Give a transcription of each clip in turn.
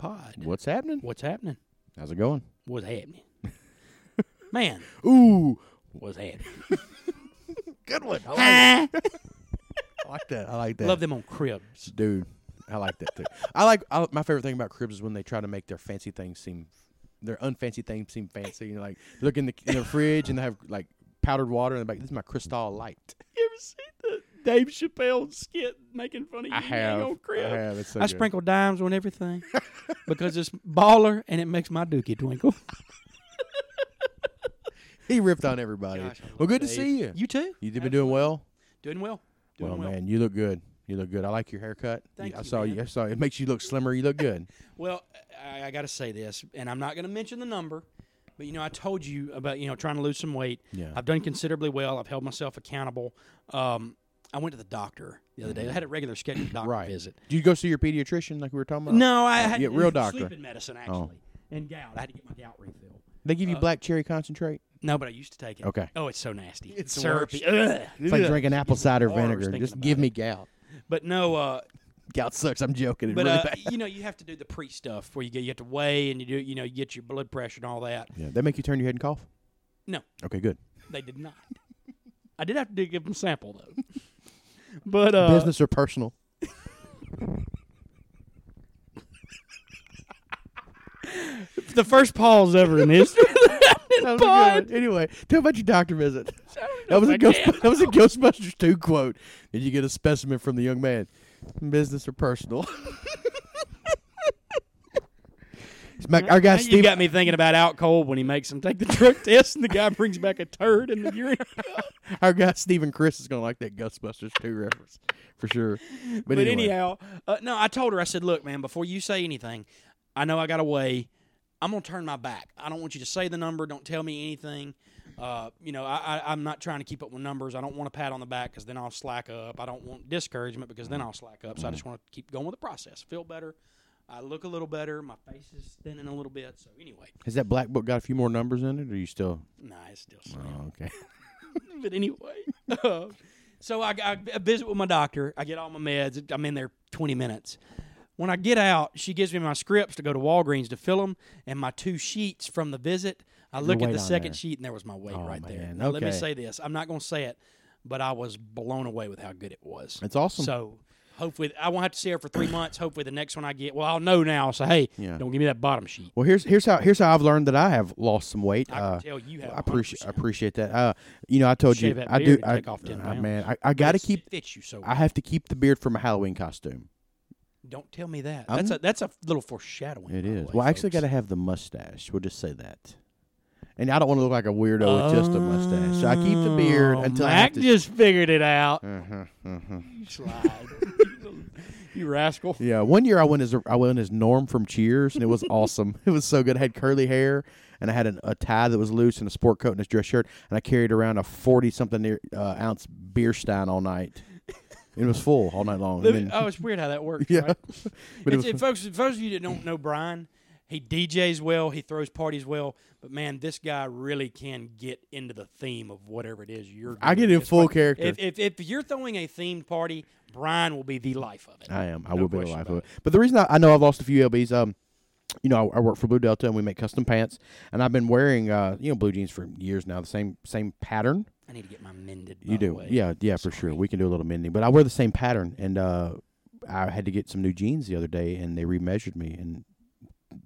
God. What's happening? What's happening? How's it going? What's happening? Man, Ooh, what's happening? good one. I I like that. I like that. Love them on cribs. dude. I like that too. I like I, my favorite thing about cribs is when they try to make their fancy things seem, their unfancy things seem fancy. You know, like look in the in the fridge and they have like powdered water and they're like, "This is my Cristal Light." You ever seen the Dave Chappelle skit making fun of I have. I have. It's so I good. sprinkle dimes on everything because it's baller and it makes my dookie twinkle. He ripped on everybody. Gosh, I well, love good to Dave. see you. You too. You have been doing well. Doing well. Doing Well, well. man, you look good. You look good. I like your haircut. Thank I you, saw man. you. I saw it. makes you look slimmer. You look good. Well, I, I got to say this, and I'm not going to mention the number, but you know, I told you about you know trying to lose some weight. Yeah. I've done considerably well. I've held myself accountable. Um, I went to the doctor the other day. I had a regular scheduled doctor Mm-hmm. right. visit. Do you go see your pediatrician like we were talking about? No, I had yeah, real doctor. Oh. sleeping medicine actually, and gout. I had to get my gout refill. They give you Uh, black cherry concentrate. No, but I used to take it. Okay. Oh, it's so nasty. It's the syrupy. Ugh. It's like drinking apple cider Horror, I was vinegar. thinking Just about give it. me gout. But no, uh, Gout sucks. I'm joking. It but really uh, bad. you know, you have to do the pre stuff where you get you have to weigh and you do you know you get your blood pressure and all that. Yeah, they make you turn your head and cough. No, Okay, good. they did not. I did have to do- give them a sample though. But uh, Business or personal? the first pause ever in history. That was a Pod. good one. Anyway, tell about your doctor visit. know That was a if I Ghost, can. that was a Ghostbusters two quote. Did you get a specimen from the young man? Business or personal? It's my- our guy Now you Steve. got me thinking about out cold when he makes him take the drug test, and the guy brings back a turd in the urine. Our guy Stephen Chris is gonna like that Ghostbusters two reference for sure. But, But, anyway, anyhow, uh, no, I told her, I said, look, man, before you say anything, I know I got away. I'm going to turn my back. I don't want you to say the number. Don't tell me anything. Uh, you know, I, I, I'm not trying to keep up with numbers. I don't want a pat on the back because then I'll slack up. I don't want discouragement because then I'll slack up. So I Mm-hmm. just want to keep going with the process. Feel better. I look a little better. My face is thinning a little bit. So anyway, has that black book got a few more numbers in it? Or are you still? nah, it's still slim. Oh, okay. but anyway, uh, so I, I, I visit with my doctor. I get all my meds. I'm in there 20 minutes. When I get out, she gives me my scripts to go to Walgreens to fill them, and my two sheets from the visit. I look weight at on the second there. sheet, and there was my weight Oh, right there. man, Now, Let me okay. say this: I'm not going to say it, but I was blown away with how good it was. That's awesome. So hopefully, I won't have to see her for three months. Hopefully, the next one I get, well, I'll know now. So hey, Yeah. don't give me that bottom sheet. Well, here's here's how here's how I've learned that I have lost some weight. I uh, can tell you have. I appreciate I appreciate that. Uh, you know, I told Shave you that I do. beard and I, take off 10 uh, pounds. man, I, I got to keep. fits you so. well. I have to keep the beard for my Halloween costume. Don't tell me that. I'm- that's a that's a little foreshadowing. It by the is. way, well, I actually folks. got to have the mustache. We'll just say that. And I don't want to look like a weirdo with just a mustache, so I keep the beard Oh, until I Mac have to. just figured it out. Mhm, mhm. You slide. you rascal. Yeah, one year I went as I went as Norm from Cheers, and it was awesome. It was so good. I had curly hair, and I had an, a tie that was loose, and a sport coat, and a dress shirt, and I carried around a forty something uh, ounce beer stein all night. It was full all night long. Let and me- then- oh, it's weird how that works. Yeah. Right? But it It's- was- and folks, for those of you that don't know Brian, he DJs well, he throws parties well, but man, this guy really can get into the theme of whatever it is you're. I doing. get in It's full like- character. If, if if you're throwing a themed party, Brian will be the life of it. I am. I No will be the question life of about it. But the reason I, I know I've lost a few lbs, um, you know, I, I work for Blue Delta and we make custom pants, and I've been wearing, uh, you know, blue jeans for years now. The same same pattern. I need to get my mended. by You the do, uh, way. yeah, yeah, for sure. We can do a little mending, but I wear the same pattern, and uh, I had to get some new jeans the other day, and they remeasured me, and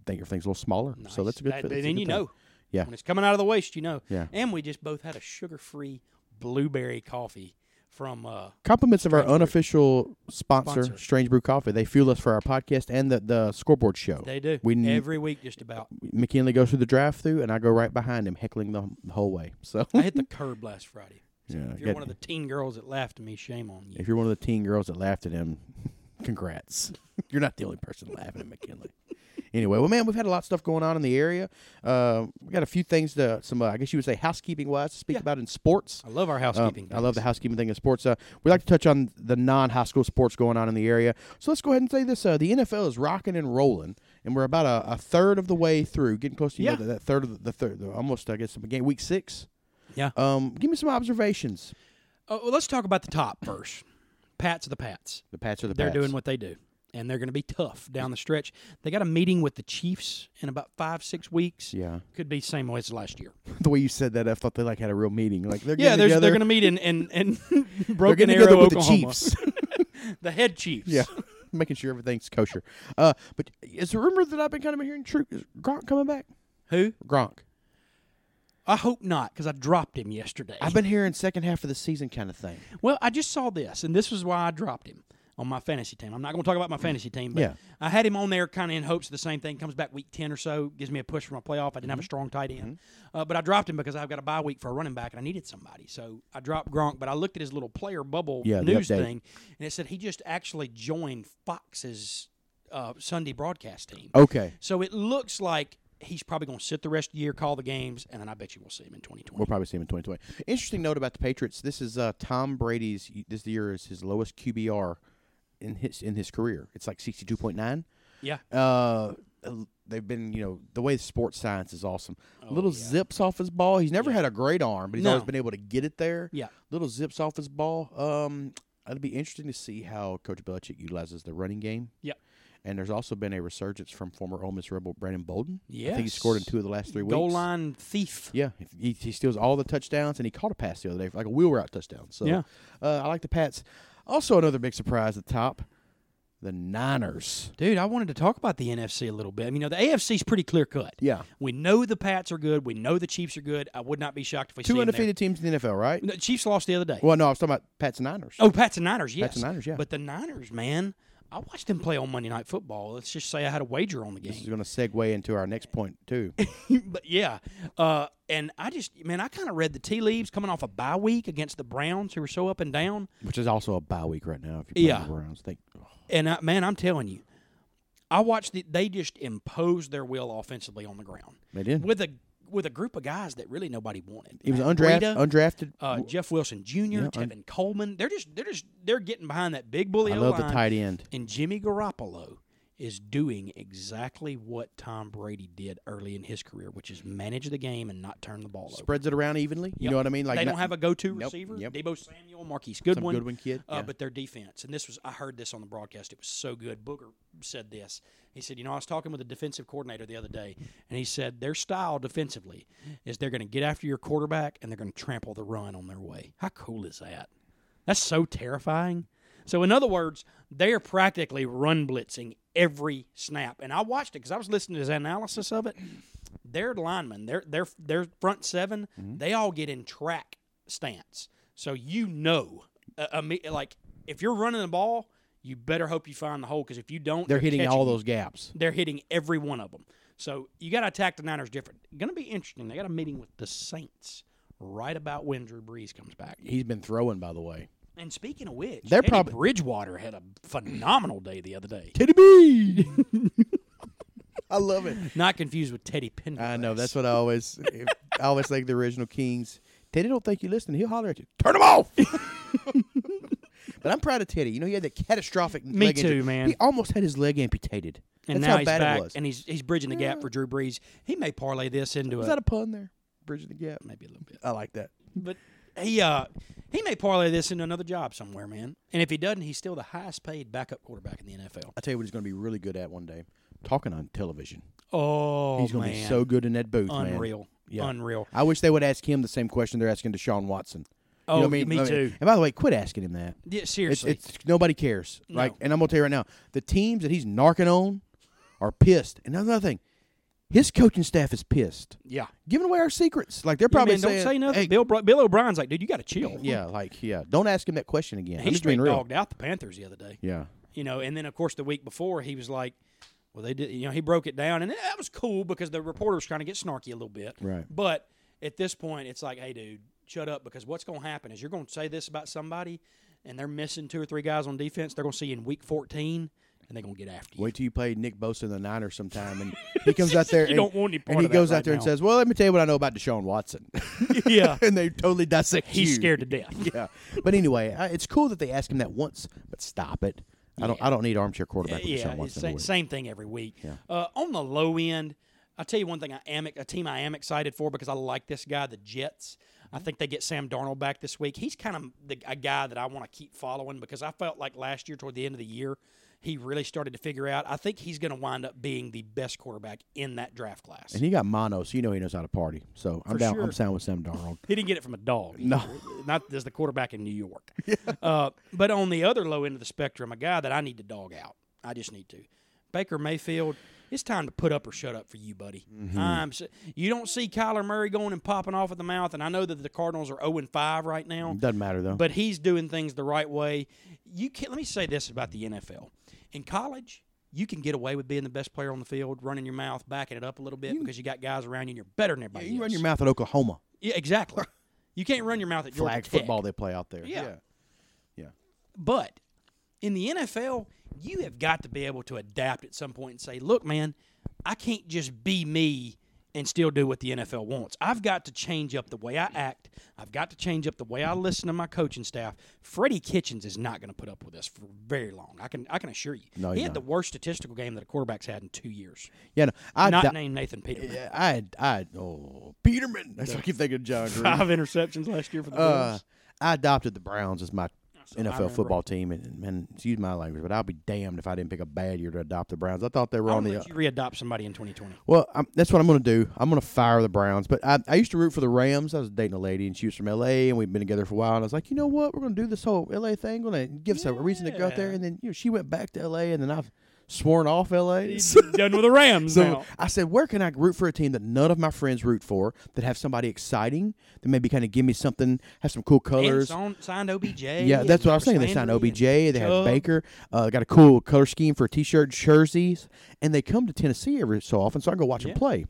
think everything's a little smaller. So Nice. that's a good That- fit. That's a Then good you thing. know. Yeah. When it's coming out of the waste, you know. Yeah. And we just both had a sugar free blueberry coffee from uh Compliments of our Strange Brew. unofficial sponsor, Sponsor. Strange Brew Coffee. They fuel us for our podcast and the, the scoreboard show. they do. We need- every week just about. McKinley goes through the drive through, and I go right behind him, heckling the the whole way. So I hit the curb last Friday. So Yeah, if you're good. one of the teen girls that laughed at me, shame on you. If you're one of the teen girls that laughed at him, congrats. You're not the only person laughing at McKinley. Anyway, well, man, we've had a lot of stuff going on in the area. Uh, we got a few things to some, uh, I guess you would say, housekeeping wise to speak about in sports. I love our Um, housekeeping. I love the things. housekeeping thing in sports. Uh, we like to touch on the non-high school sports going on in the area. So let's go ahead and say this: uh, the NFL is rocking and rolling, and we're about a, a third of the way through, getting close to you know, Yeah. that, that third of the, the third, the, almost I guess the game week six. Yeah. Um, give me some observations. Oh, well, let's talk about the top first. Pats are the Pats. The Pats are the They're Pats. doing what they do. and they're going to be tough down the stretch. They got a meeting with the Chiefs in about five, six weeks. Yeah. Could be same way as last year. The way you said that, I thought they like had a real meeting. Like they're Yeah, getting there's, together. they're going to meet in in, in They're Broken getting Arrow, together with Oklahoma. the Chiefs. The head Chiefs. yeah. Making sure everything's kosher. Uh, but is the rumor that I've been kind of hearing true? Is Gronk coming back? Who? Gronk. I hope not, because I dropped him yesterday. I've been hearing second half of the season kind of thing. Well, I just saw this, and this was why I dropped him on my fantasy team. I'm not going to talk about my fantasy team, but Yeah. I had him on there kind of in hopes of the same thing. Comes back week 10 or so, gives me a push for my playoff. I didn't Mm-hmm. have a strong tight end, uh, but I dropped him because I've got a bye week for a running back, and I needed somebody. So I dropped Gronk, but I looked at his little player bubble Yeah, the news update. thing, and it said he just actually joined Fox's uh, Sunday broadcast team. Okay. So it looks like he's probably going to sit the rest of the year, call the games, and then I bet you we'll see him in 2020. We'll probably see him in 2020. Interesting note about the Patriots. This is uh, Tom Brady's. This year is his lowest QBR in his in his career. It's like 62.9. yeah. Uh, they've been you know the way sports science is awesome. Little zips off his ball. He's never had a great arm, but he's always Oh, No. been able to get it there. Yeah. Little zips off his ball. Um, it'll be interesting to see how Coach Belichick utilizes the running game. Yep. And there's also been a resurgence from former Ole Miss Rebel Brandon Bolden. I think he Yes. scored in two of the last three weeks. Goal line thief. Yeah, he, he steals all the touchdowns, and he caught a pass the other day, for like a wheel route touchdown. So Yeah. uh, I like the Pats. Also, another big surprise at the top, the Niners. Dude, I wanted to talk about the NFC a little bit. I mean, you know, the AFC's pretty clear cut. Yeah, We know the Pats are good. We know the Chiefs are good. I would not be shocked if we see two 'em there. undefeated teams in the NFL, right? No, Chiefs lost the other day. Well, no, I was talking about Pats and Niners. Oh, Pats and Niners, yes. Pats and Niners, yeah. But the Niners, man, I watched them play on Monday Night Football. Let's just say I had a wager on the This is game. going to segue into our next point too. but yeah, uh, and I just, man, I kind of read the tea leaves coming off a bye week against the Browns, who were so up and down. which is also a bye week right now. If you Yeah. play the Browns, oh, think And I, man, I'm telling you, I watched the, they just imposed their will offensively on the ground. they did. with a with a group of guys that really nobody wanted. He was Matt Breida, undrafted. undrafted. uh, Jeff Wilson Jr., Tevin Coleman. They're just they're just they're getting behind that big bully. I love the O-line, tight end. And Jimmy Garoppolo is doing exactly what Tom Brady did early in his career, which is manage the game and not turn the ball over. Spreads it around evenly. You know what I mean? Like they don't not- have a go-to Nope, receiver. yep. Debo Samuel, Marquise Goodwin, Goodwin kid, uh, yeah. but their defense. And this was I heard this on the broadcast. It was so good. Booger said this. He said, you know, I was talking with a defensive coordinator the other day, and he said their style defensively is they're going to get after your quarterback and they're going to trample the run on their way. How cool is that? That's so terrifying. So in other words, they are practically run blitzing every snap. And I watched it because I was listening to his analysis of it. Their linemen, their their their front 7 Mm-hmm. they all get in track stance. So you know, uh, imme- like if you're running the ball, you better hope you find the hole because if you don't, They're hitting catching all you. those gaps. They're hitting every one of them. So you got to attack the Niners different. Going to be interesting. They got a meeting with the Saints right about when Drew Brees comes back. He's been throwing, by the way. And speaking of which, They're Teddy probably- Bridgewater had a phenomenal day the other day. Teddy B. I love it. Not confused with Teddy Pendergrass. I know. That's what I always. if- I always like the original Kings. Teddy don't think you listen. He'll holler at you. Turn him off. but I'm proud of Teddy. You know he had that catastrophic. Me leg injury. too, man. He almost had his leg amputated. and That's now how he's bad back, it was. and he's he's bridging the gap for Drew Brees. He may parlay this into was a, that a pun there? Bridging the gap. maybe a little bit, I like that. but he uh he may parlay this into another job somewhere, man. And if he doesn't, he's still the highest paid backup quarterback in the NFL. I tell you what, he's going to be really good at one day. Talking on television. Oh He's going man, to be so good in that booth, man. unreal, Yeah. unreal. I wish they would ask him the same question they're asking Deshaun Watson. You Oh, know what I mean? me I mean- too. And by the way, quit asking him that. Yeah, It's, seriously, it's nobody cares. Like, and I'm gonna tell you right now, the teams that he's narking on are pissed. And another thing, his coaching staff is pissed, yeah. giving away our secrets. Like they're probably yeah, man, don't saying, say nothing. "Hey," Bill Bro- Bill O'Brien's like, dude, you got to chill. yeah, like yeah, don't ask him that question again. I'm he just being straight real. dogged out the Panthers the other day. Yeah, you know. And then of course the week before he was like, well they did, you know, he broke it down, and that was cool because the reporter was trying to get snarky a little bit, Right. But at this point, it's like, hey, dude, shut up because what's going to happen is you're going to say this about somebody, and they're missing two or three guys on defense. They're going to see you in week 14, and they're going to get after you. wait till you play Nick Bosa in the Niners sometime, and he comes out there. You and, don't want any part And he of that goes right out there and now. says, "Well, let me tell you what I know about Deshaun Watson," yeah, and they totally dissect he's you. scared to death. Yeah, but anyway, I, it's cool that they ask him that once, but stop it. I don't. I don't need armchair quarterback. with yeah, Deshaun it's Watson. same, boys. same thing every week. Uh, on the low end, I'll tell you one thing. I am a team I am excited for because I like this guy, the Jets. I Mm-hmm. think they get Sam Darnold back this week. He's kind of the, a guy that I want to keep following because I felt like last year toward the end of the year, he really started to figure out. I think he's going to wind up being the best quarterback in that draft class. And he got mono, so you know he knows how to party. So I'm For down. sure. I'm sound with Sam Darnold. He didn't get it from a dog. No. either. not as the quarterback in New York. Uh, but on the other low end of the spectrum, a guy that I need to dog out. I just need to. Baker Mayfield, it's time to put up or shut up for you, buddy. Mm-hmm. I'm s you don't see Kyler Murray going and popping off at the mouth, and I know that the Cardinals are 0 5 right now Doesn't matter though. but he's doing things the right way. You can let me say this about the NFL. In college, you can get away with being the best player on the field, running your mouth, backing it up a little bit because you got guys around you and you're better than everybody. you run else. your mouth at Oklahoma. yeah, exactly. you can't run your mouth at Georgia Flag Tech. football they play out there. Yeah. Yeah. But in the NFL, you have got to be able to adapt at some point and say, look, man, I can't just be me and still do what the NFL wants. I've got to change up the way I act. I've got to change up the way I listen to my coaching staff. Freddie Kitchens is not going to put up with this for very long. I can I can assure you. No, he he's had the worst statistical game that a quarterback's had in two years. Yeah. No, I not di- named Nathan Peterman. Yeah, I I oh Peterman. That's what I keep thinking of John Gruden. Five interceptions last year for the Uh, Bills. I adopted the Browns as my I NFL remember. football team, and, and man, excuse my language, but I'll be damned if I didn't pick a bad year to adopt the Browns. I thought they were I'll on the let you readopt somebody in 2020. Well, i that's what I'm going to do. I'm going to fire the Browns. But I, I used to root for the Rams. I was dating a lady, and she was from L.A., and we'd been together for a while. And I was like, you know what? We're going to do this whole L.A. thing. We're going to give us a reason to go out there. And then you know, she went back to L.A., and then I've sworn off L.A. So, done with the Rams now. I said, where can I root for a team that none of my friends root for, that have somebody exciting, that maybe kind of give me something, have some cool And colors? signed, signed OBJ. Yeah, that's what I was thinking. They signed OBJ. They had Baker. Uh, got a cool color scheme for T-shirt jerseys, and they come to Tennessee every so often, so I go watch Yeah. them play.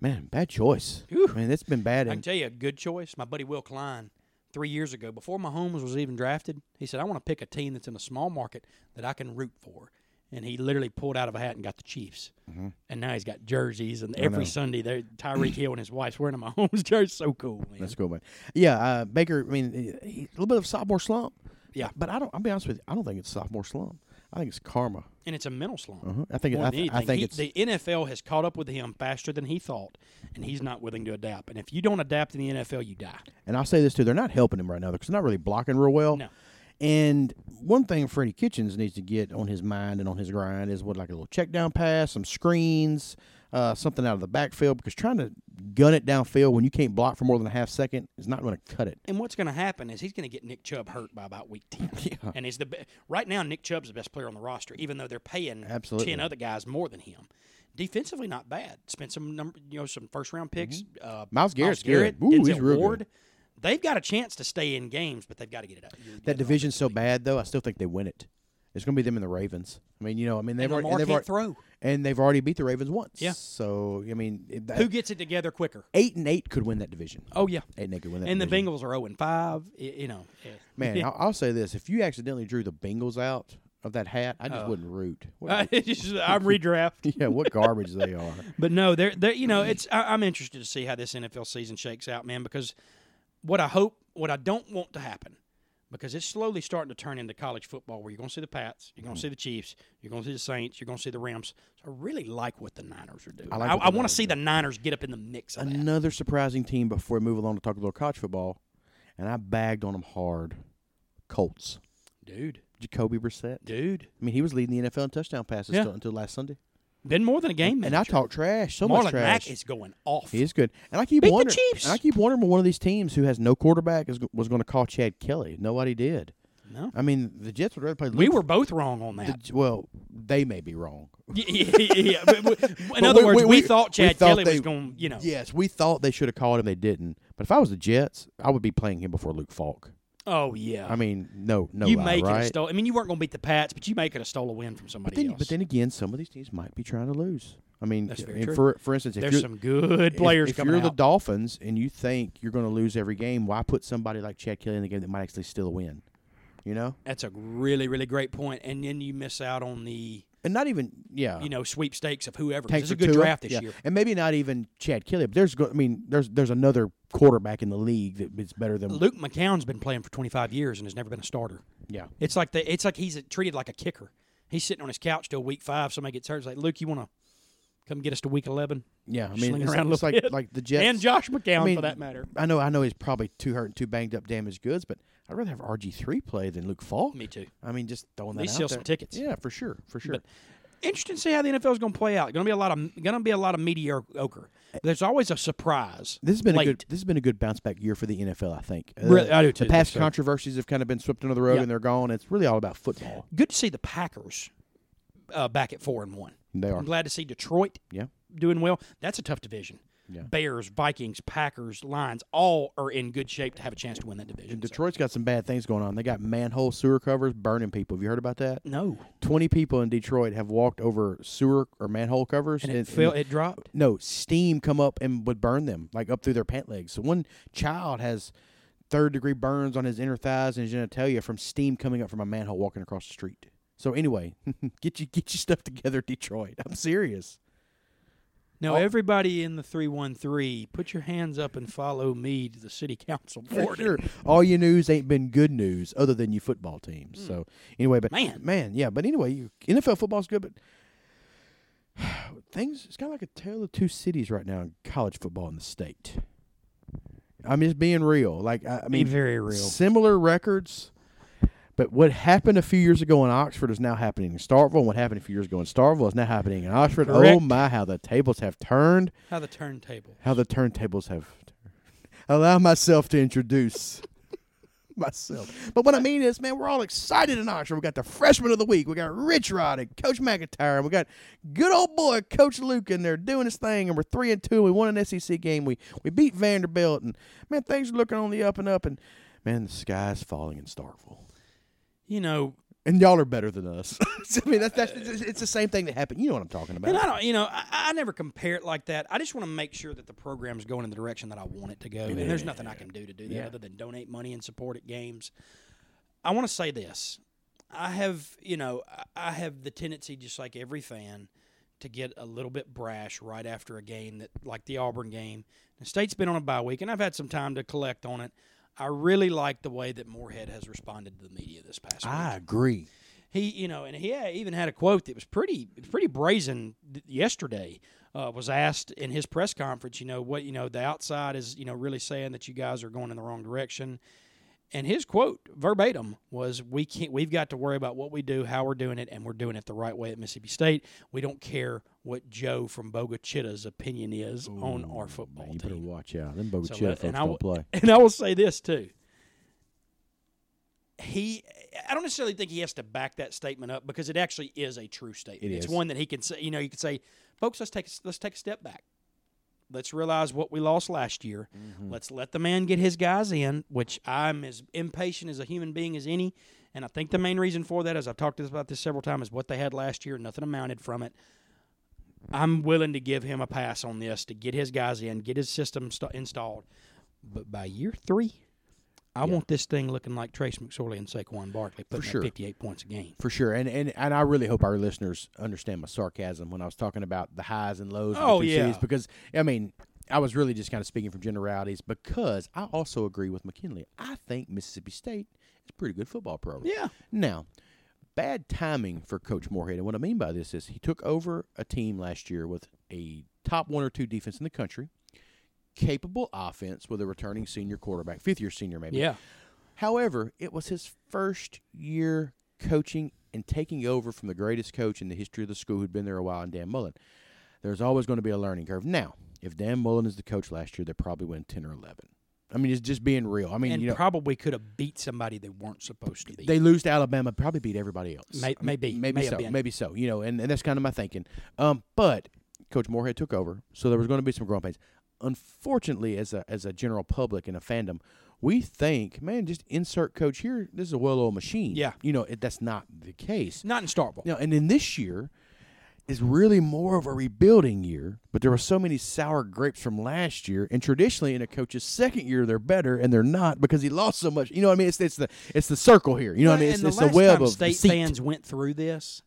Man, bad choice. Whew. Man, that's been bad. I can And, tell you a good choice. My buddy Will Klein, three years ago, before Mahomes was even drafted, he said, I want to pick a team that's in a small market that I can root for. And he literally pulled out of a hat and got the Chiefs. Mm-hmm. And now he's got jerseys. And every Sunday, there Tyreek Hill and his wife's wearing a Mahomes jersey. So cool, man. that's a good one. Yeah, uh, Baker. I mean, he- he- a little bit of sophomore slump. Yeah. but I don't. I'll be honest with you. I don't think it's sophomore slump. I think it's karma. and it's a mental slump. Uh-huh. I think. More I, than th- I anything. think He- it's. the NFL has caught up with him faster than he thought, and he's not willing to adapt. And if you don't adapt in the NFL, you die. and I'll say this too. They're not helping him right now because they're not really blocking real well. No. And one thing Freddie Kitchens needs to get on his mind and on his grind is what like a little check down pass, some screens, uh, something out of the backfield because trying to gun it downfield when you can't block for more than a half second is not going to cut it. And what's going to happen is he's going to get Nick Chubb hurt by about week ten. And he's the be- right now Nick Chubb's the best player on the roster, even though they're paying Absolutely. ten other guys more than him. Defensively, not bad. Spent some number, you know, some first round picks. Uh, Mm-hmm. Miles Garrett's good. Ooh, Denzel he's real good. Ward. They've got a chance to stay in games, but they've got to get it up. That division's so bad though. I still think they win it. It's going to be them and the Ravens. I mean, you know, I mean they've And already, Lamar they've can't already- throw. and they've already beat the Ravens once. Yeah. So I mean, it- that- Who gets it together quicker? eight and eight could win that division. Oh yeah. Eight and eight could win that. And the division. Bengals are zero and five. You know. yeah. Man, I'll, I'll say this: if you accidentally drew the Bengals out of that hat, I Oh. just wouldn't root. What, It's just- I'm redraft. yeah, what garbage they are. But no, they're, they're you know, it's I, I'm interested to see how this NFL season shakes out, man, because what I hope, what I don't want to happen, because it's slowly starting to turn into college football where you're going to see the Pats, you're Mm-hmm. going to see the Chiefs, you're going to see the Saints, you're going to see the Rams. So I really like what the Niners are doing. I, like I, what the want to Niners see the Niners get up in the mix of that. Another surprising team. Before we move along to talk a little college football, and I bagged on them hard. Colts. Dude, Jacoby Brissett. dude, I mean, he was leading the NFL in touchdown passes Yeah. till- until last Sunday. been more than a game. And I manager. talk trash, so Marlon much trash. Mack is going off. he is good, and I keep Beat the wondering. Chiefs. And I keep wondering when one of these teams who has no quarterback is, was going to call Chad Kelly. Nobody did. No. I mean, the Jets would rather play. we Luke- were both wrong on that. the- well, they may be wrong. Yeah, yeah, yeah. But we- In But other we- words, we, we- we- thought we Chad thought Kelly they- was going, you know, Yes, we thought they should have called him. They didn't. But if I was the Jets, I would be playing him before Luke Falk. oh yeah. I mean, no, no, you lie, may could right? have stole. I mean, you weren't going to beat the Pats, but you may could have stole a win from somebody but then, else. but then again, some of these teams might be trying to lose. I mean, That's very and true. for for instance, if there's you're, some good if- players if, coming you're the out. Dolphins and you think you're going to lose every game, why put somebody like Chad Kelly in the game that might actually still win? You know, That's a really, really great point. And then you miss out on the and not even yeah. you know sweepstakes of whoever. Tank It's a for good Tua. draft this Yeah. year. and maybe not even Chad Kelly. But there's, go- I mean, there's there's another quarterback in the league that is better than Luke McCown's been playing for 25 years and has never been a starter. yeah. It's like the, it's like he's treated like a kicker. He's sitting on his couch till week five. Somebody gets hurt. It's like Luke, you want to Come get us to week eleven, Yeah, I mean, Sling it's, around a it's little like bit. like the Jets and Josh McCown I mean, for that matter. I know, I know, he's probably too hurt and too banged up, damaged goods, but I'd rather have RG three play than Luke Falk. Me too. I mean, just throwing They that sell out there. some tickets. Yeah, for sure, for sure. But- Interesting to see how the NFL is going to play out. Going to be a lot of going to be a lot of mediocre. There's always a surprise. this has been late. a good this has been a good bounce back year for the NFL. I think. Uh, Really, I do too. The past So- controversies have kind of been swept under the rug Yeah. and they're gone. It's really all about football. Good to see the Packers uh, back at four and one. They are. I'm glad to see Detroit Yeah. doing well. That's a tough division. Yeah. Bears, Vikings, Packers, Lions, all are in good shape to have a chance to win that division. so- Detroit's got some bad things going on. They got manhole sewer covers burning people. Have you heard about that? No, Twenty people in Detroit have walked over sewer or manhole covers, and and- it and fell. It dropped. No, steam come up and would burn them, like up through their pant legs. So one child has third degree burns on his inner thighs and his genitalia from steam coming up from a manhole walking across the street. So anyway, get you get your stuff together, Detroit. I'm serious. Now, Oh. everybody in the 313, put your hands up and follow me to the city council board. Sure. All your news ain't been good news other than your football teams. So anyway, but Man. man, yeah. But anyway, you, NFL football's good, but things it's kind of like a tale of two cities right now in college football in the state. I'm just being real. Like I, I Be mean, very real. similar records. But what happened a few years ago in Oxford is now happening in Starkville, and what happened a few years ago in Starkville is now happening in Oxford. Oh Correct. my, how the tables have turned! How the turntable. How the turntables have turned. Allow myself to introduce myself. But what I mean is, man, we're all excited in Oxford. We got the freshman of the week. We got Rich Rod and Coach McIntyre. And we got good old boy Coach Luke in there doing his thing. And we're three and two. We won an SEC game. We we beat Vanderbilt. And man, things are looking on the up and up. And man, the sky's falling in Starkville. You know, And y'all are better than us. I mean, that's, that's it's it's the same thing that happened. You know what I'm talking about. and I don't, you know, I, I never compare it like that. I just want to make sure that the program's going in the direction that I want it to go. And there's nothing I can do to do that other than donate money and support at games. I want to say this. I have, you know, I- I have the tendency, just like every fan, to get a little bit brash right after a game that, like the Auburn game. The state's been on a bye week, and I've had some time to collect on it. I really like the way that Moorhead has responded to the media this past week agree. he you know and he had- even had a quote that was pretty pretty brazen th- yesterday uh, was asked in his press conference you know what you know the outside is you know really saying that you guys are going in the wrong direction and his quote verbatim was we can't we've got to worry about what we do how we're doing it and we're doing it the right way at mississippi state we don't care what joe from bogochita's opinion is on our football you better team watch out. Them So, uh, Bogachilla and folks I don't w- play. and I will say this too. He, I don't necessarily think he has to back that statement up because it actually is a true statement. It it's is. one that he can say. You know, you can say, "Folks, let's take a s- let's take a step back. Let's realize what we lost last year. Mm-hmm. Let's let the man get his guys in." Which I'm as impatient as a human being as any, and I think the main reason for that, as I've talked about this several times, is what they had last year. Nothing amounted from it. I'm willing to give him a pass on this to get his guys in, get his system st- installed. But by year three, I want this thing looking like Trace McSorley and Saquon Barkley putting up sure. 58 points a game. For sure, and, and and I really hope our listeners understand my sarcasm when I was talking about the highs and lows. of the Oh, two yeah. cities, because I mean, I was really just kind of speaking from generalities. Because I also agree with McKinley. I think Mississippi State is a pretty good football program. Yeah. Now, bad timing for Coach Moorhead, and what I mean by this is he took over a team last year with a top one or two defense in the country, capable offense with a returning senior quarterback, fifth year senior maybe. Yeah. However, it was his first year coaching and taking over from the greatest coach in the history of the school who'd been there a while, and Dan Mullen. There's always going to be a learning curve. Now, if Dan Mullen is the coach last year, they probably win 10 or 11. I mean, it's just being real. I mean, And you know, probably could have beat somebody they weren't supposed to beat. they lose to Alabama, probably beat everybody else. May- maybe. maybe May have so, been. maybe so. You know, and, and that's kind of my thinking. Um, but Coach Moorhead took over, so there was going to be some growing pains. Unfortunately, as a as a general public and a fandom, we think, man, just insert coach here. This is a well-oiled machine. Yeah. you know, it, that's not the case. Not in Starkville. Now, and then this year is really more of a rebuilding year, but there were so many sour grapes from last year. And traditionally, in a coach's second year, they're better, and they're not because he lost so much. You know what I mean? It's, it's the it's the circle here. You know what I mean? It's, and the it's last the web time of state deceit. Uh-huh. fans went through this,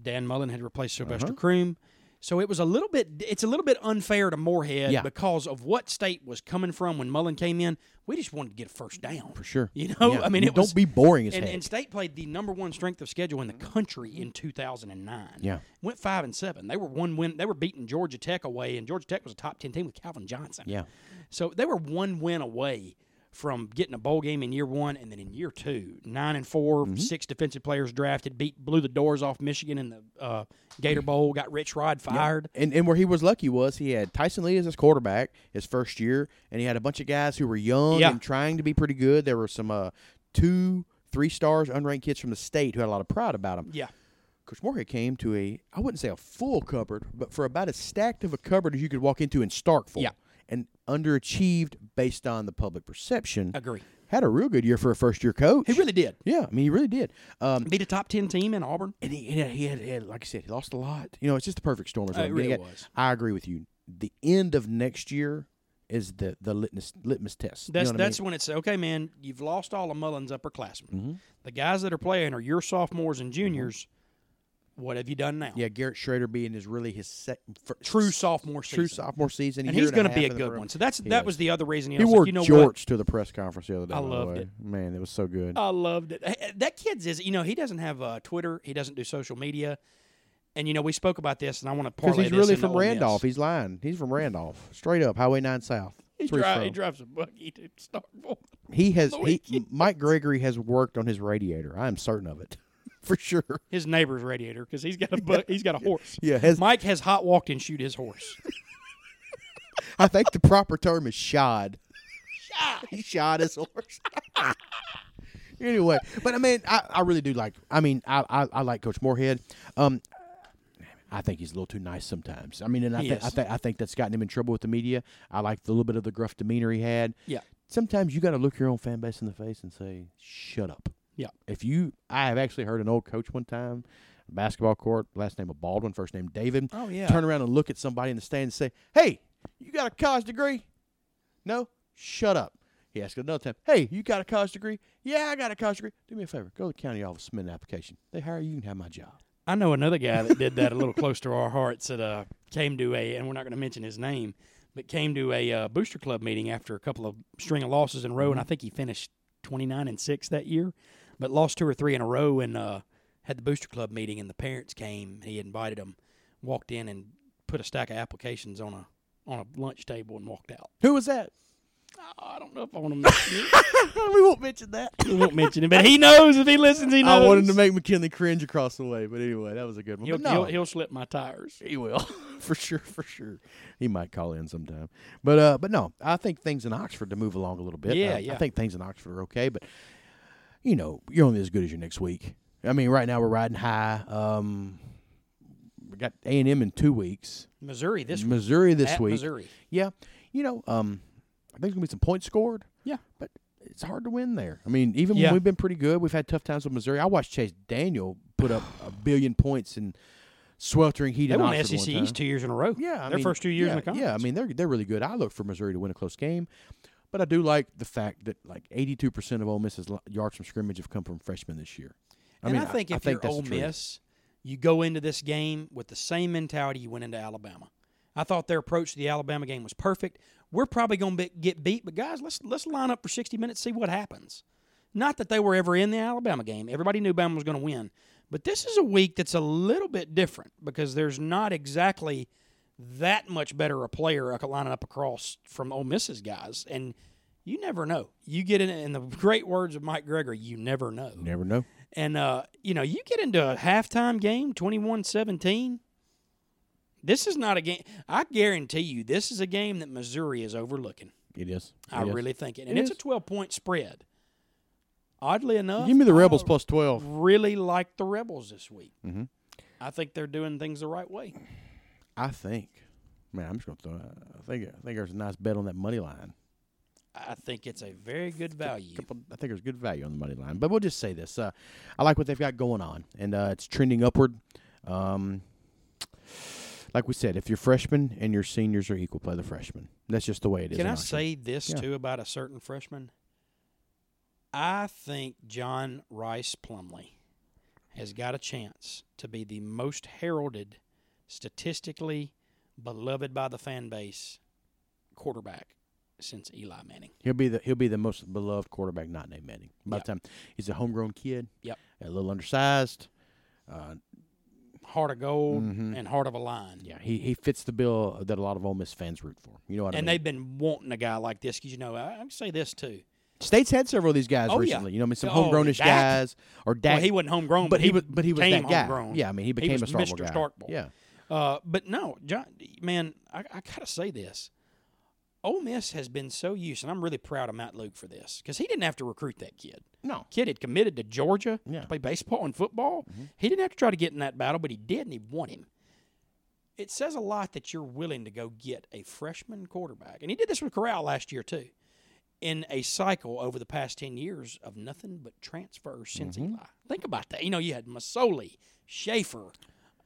Dan Mullen had replaced Sylvester Croom. So it was a little bit. It's a little bit unfair to Moorhead Yeah. because of what state was coming from when Mullen came in. We just wanted to get a first down for sure. You know, Yeah. I mean, You it don't was, be boring as and, heck. and State played the number one strength of schedule in the country in 2009. Yeah. went five and seven. They were one win. They were beating Georgia Tech away, and Georgia Tech was a top ten team with Calvin Johnson. Yeah. so they were one win away from getting a bowl game in year one, and then in year two, nine and 4 Mm-hmm. six defensive players drafted, beat blew the doors off Michigan in the uh, Gator Bowl, got Rich Rod fired. And, and where he was lucky was he had Tyson Lee as his quarterback his first year, and he had a bunch of guys who were young Yeah. and trying to be pretty good. There were some uh, two, three stars, unranked kids from the state who had a lot of pride about them. Yeah, Coach Moorhead came to a, I wouldn't say a full cupboard, but for about as stacked of a cupboard as you could walk into in Starkville. Yeah. And underachieved based on the public perception. agree. Had a real good year for a first year coach. He really did yeah, I mean, he really did. Um, beat a top ten team in Auburn. and he, he, had, he, had, he had, like I said, he lost a lot. You know, it's just the perfect storm. is what Uh, It I'm getting really at. was. I agree with you. The end of next year is the the litmus litmus test. You know That's what I mean? Mm-hmm. that's when it's okay, man. You've lost all of Mullen's upperclassmen. The guys that are playing are your sophomores and juniors. What have you done now? yeah. Garrett Schrader being is really his sec- fir- True sophomore season. true sophomore season, a and year he's and going a to be half a in the good program. one. So that's He that is. was the other reason. He was wore like, you know what? jorts to the press conference the other day. I by the loved way. it. Oh, Man, it was so good. I loved it. Hey, That kid's is you know he doesn't have uh, Twitter. He doesn't do social media. And you know we spoke about this, and I want to Because parlay he's this really into from Ole Miss. Randolph. He's lying. He's from Randolph, straight up Highway Nine South. He, That's where he's dri- he from. drives a buggy to Starkville. He has the he, Mike Gregory has worked on his radiator. I am certain of it, for sure. His neighbor's radiator because he's got a bu- he's got a horse. Yeah, has, Mike has hot walked and shoot his horse. I think the proper term is shod. He shod his horse. anyway, but I mean, I, I really do like. I mean, I, I, I like Coach Moorhead. Um, I think he's a little too nice sometimes. I mean, and I He think I is. think I think that's gotten him in trouble with the media. I like the little bit of the gruff demeanor he had. Yeah. Sometimes you got to look your own fan base in the face and say, "Shut up." Yeah. If you, I have actually heard an old coach one time, basketball court, last name of Baldwin, first name David. Oh, yeah. Turn around and look at somebody in the stand and say, "Hey, you got a college degree?" No, shut up. He asked another time, Hey, you got a college degree? Yeah, I got a college degree. Do me a favor, go to the county office, submit an application. They hire you, you can have my job. I know another guy that did that a little close to our hearts that uh, came to a, and we're not going to mention his name, but came to a uh, booster club meeting after a couple of string of losses in a row, and I Mm-hmm. think he finished twenty nine and six that year, but lost two or three in a row, and uh, had the booster club meeting, and the parents came. He invited them, walked in, and put a stack of applications on a on a lunch table, and walked out. Who was that? Oh, I don't know if I want to mention it. we won't mention that. we won't mention it, but he knows if he listens, he knows. I wanted to make McKinley cringe across the way, but anyway, that was a good one. He'll, But no, he'll, he'll slip my tires. he will. for sure, for sure. He might call in sometime. But uh but no, I think things in Oxford to move along a little bit. Uh, Yeah, I, I yeah. think things in Oxford are okay, but you know, you're only as good as your next week. I mean, right now we're riding high. Um we got A and M in two weeks. Missouri this week. Missouri this At week. Missouri. Yeah, you know, um, I think there's gonna be some points scored. Yeah. but it's hard to win there. I mean, even Yeah. when we've been pretty good, we've had tough times with Missouri. I watched Chase Daniel put up a billion points in sweltering heat They in won E the Oxford SEC one East time. two years in a row. Yeah, I their mean, first two years yeah, in the conference. Yeah, I mean they're they're really good. I look for Missouri to win a close game, but I do like the fact that like 82 percent of Ole Miss's lo- yards from scrimmage have come from freshmen this year. I and mean, I think I, if think you're that's Ole the truth. Miss, you go into this game with the same mentality you went into Alabama. I thought their approach to the Alabama game was perfect. We're probably going to be, get beat, but guys, let's let's line up for 60 minutes, see what happens. Not that they were ever in the Alabama game. Everybody knew Bama was going to win, but this is a week that's a little bit different because there's not exactly that much better a player lining up across from Ole Miss's guys, and you never know. You get in, in the great words of Mike Gregory, you never know. You never know. And, uh, you know, you get into a halftime game, 21 17. This is not a game. I guarantee you, this is a game that Missouri is overlooking. It is. I It is. really think it. And It it's is. a 12 point spread. Oddly enough, give me the I Rebels plus 12. really like the Rebels this week. Mhm. I think they're doing things the right way. I think, man, I'm just gonna throw. I think I think there's a nice bet on that money line. I think it's a very good value. Couple, I think there's good value on the money line. But we'll just say this: uh, I like what they've got going on, and uh, it's trending upward. Um, like we said, if your freshmen and your seniors are equal, play the freshmen. That's just the way it is. Can in I Oxford. say this Yeah. too about a certain freshman? I think John Rice Plumley has got a chance to be the most heralded statistically beloved by the fan base quarterback since Eli Manning. He'll be the he'll be the most beloved quarterback not named Manning. By Yep. the time he's a homegrown kid. Yep. A little undersized. Uh, Heart of gold Mhm. and heart of a lion. yeah, he, he fits the bill that a lot of Ole Miss fans root for. You know what I And mean? they've been wanting a guy like this because you know I, I can say this too. States had several of these guys Oh, yeah. recently. You know, I mean, some Oh, homegrownish Dak. guys or Dak. well, he wasn't homegrown, but he was was. but he was became that guy. homegrown. Yeah, I mean, he became was a Starkville Mr. guy. Starkville. Yeah, Uh, but no, John, man, I, I gotta say this. Ole Miss has been so used, and I'm really proud of Matt Luke for this because he didn't have to recruit that kid. no, Kid had committed to Georgia Yeah. Mm-hmm. to play baseball and football. He didn't have to try to get in that battle, but he did, and he won him. It says a lot that you're willing to go get a freshman quarterback, and he did this with Corral last year too. In a cycle over the past ten years of nothing but transfers since Mm-hmm. Eli, think about that. You know, you had Masoli, Schaefer,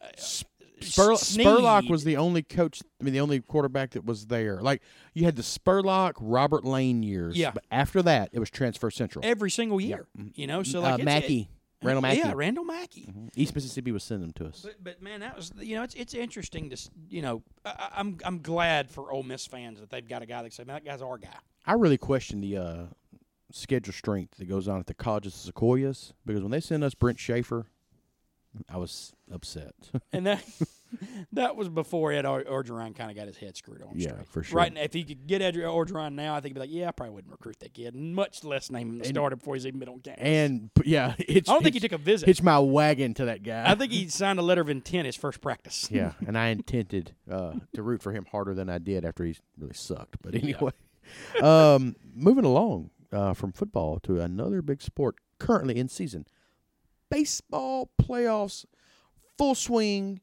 uh, Spurl- Sneed. Spurlock was the only coach. I mean, the only quarterback that was there. Like you had the Spurlock Robert Lane years. Yeah. but after that, it was Transfer Central. every single year. You know, so uh, like it's- Mackey, it- Randall Mackey. Mm-hmm. yeah, Randall Mackey. East Mississippi was sending them to us. But, but man, that was you know it's it's interesting to s- you know I- I, I'm I'm glad for Ole Miss fans that they've got a guy that say man that guy's our guy. I really question the uh, schedule strength that goes on at the colleges of Sequoias because when they sent us Brent Schaefer, I was upset. And that that was before Ed Or- Orgeron kind of got his head screwed on. Yeah, straight. for sure. Right now, if he could get Ed Orgeron now, I think he'd be like, yeah, I probably wouldn't recruit that kid, much less name him the starter before he's even been on campus. and p- yeah, it's, I don't think he it's- took a visit. hitch my wagon to that guy. I think he signed a letter of intent his first practice. yeah, and I intended uh, to root for him harder than I did after he really sucked. But anyway, um, moving along uh, from football to another big sport currently in season, baseball playoffs, full swing.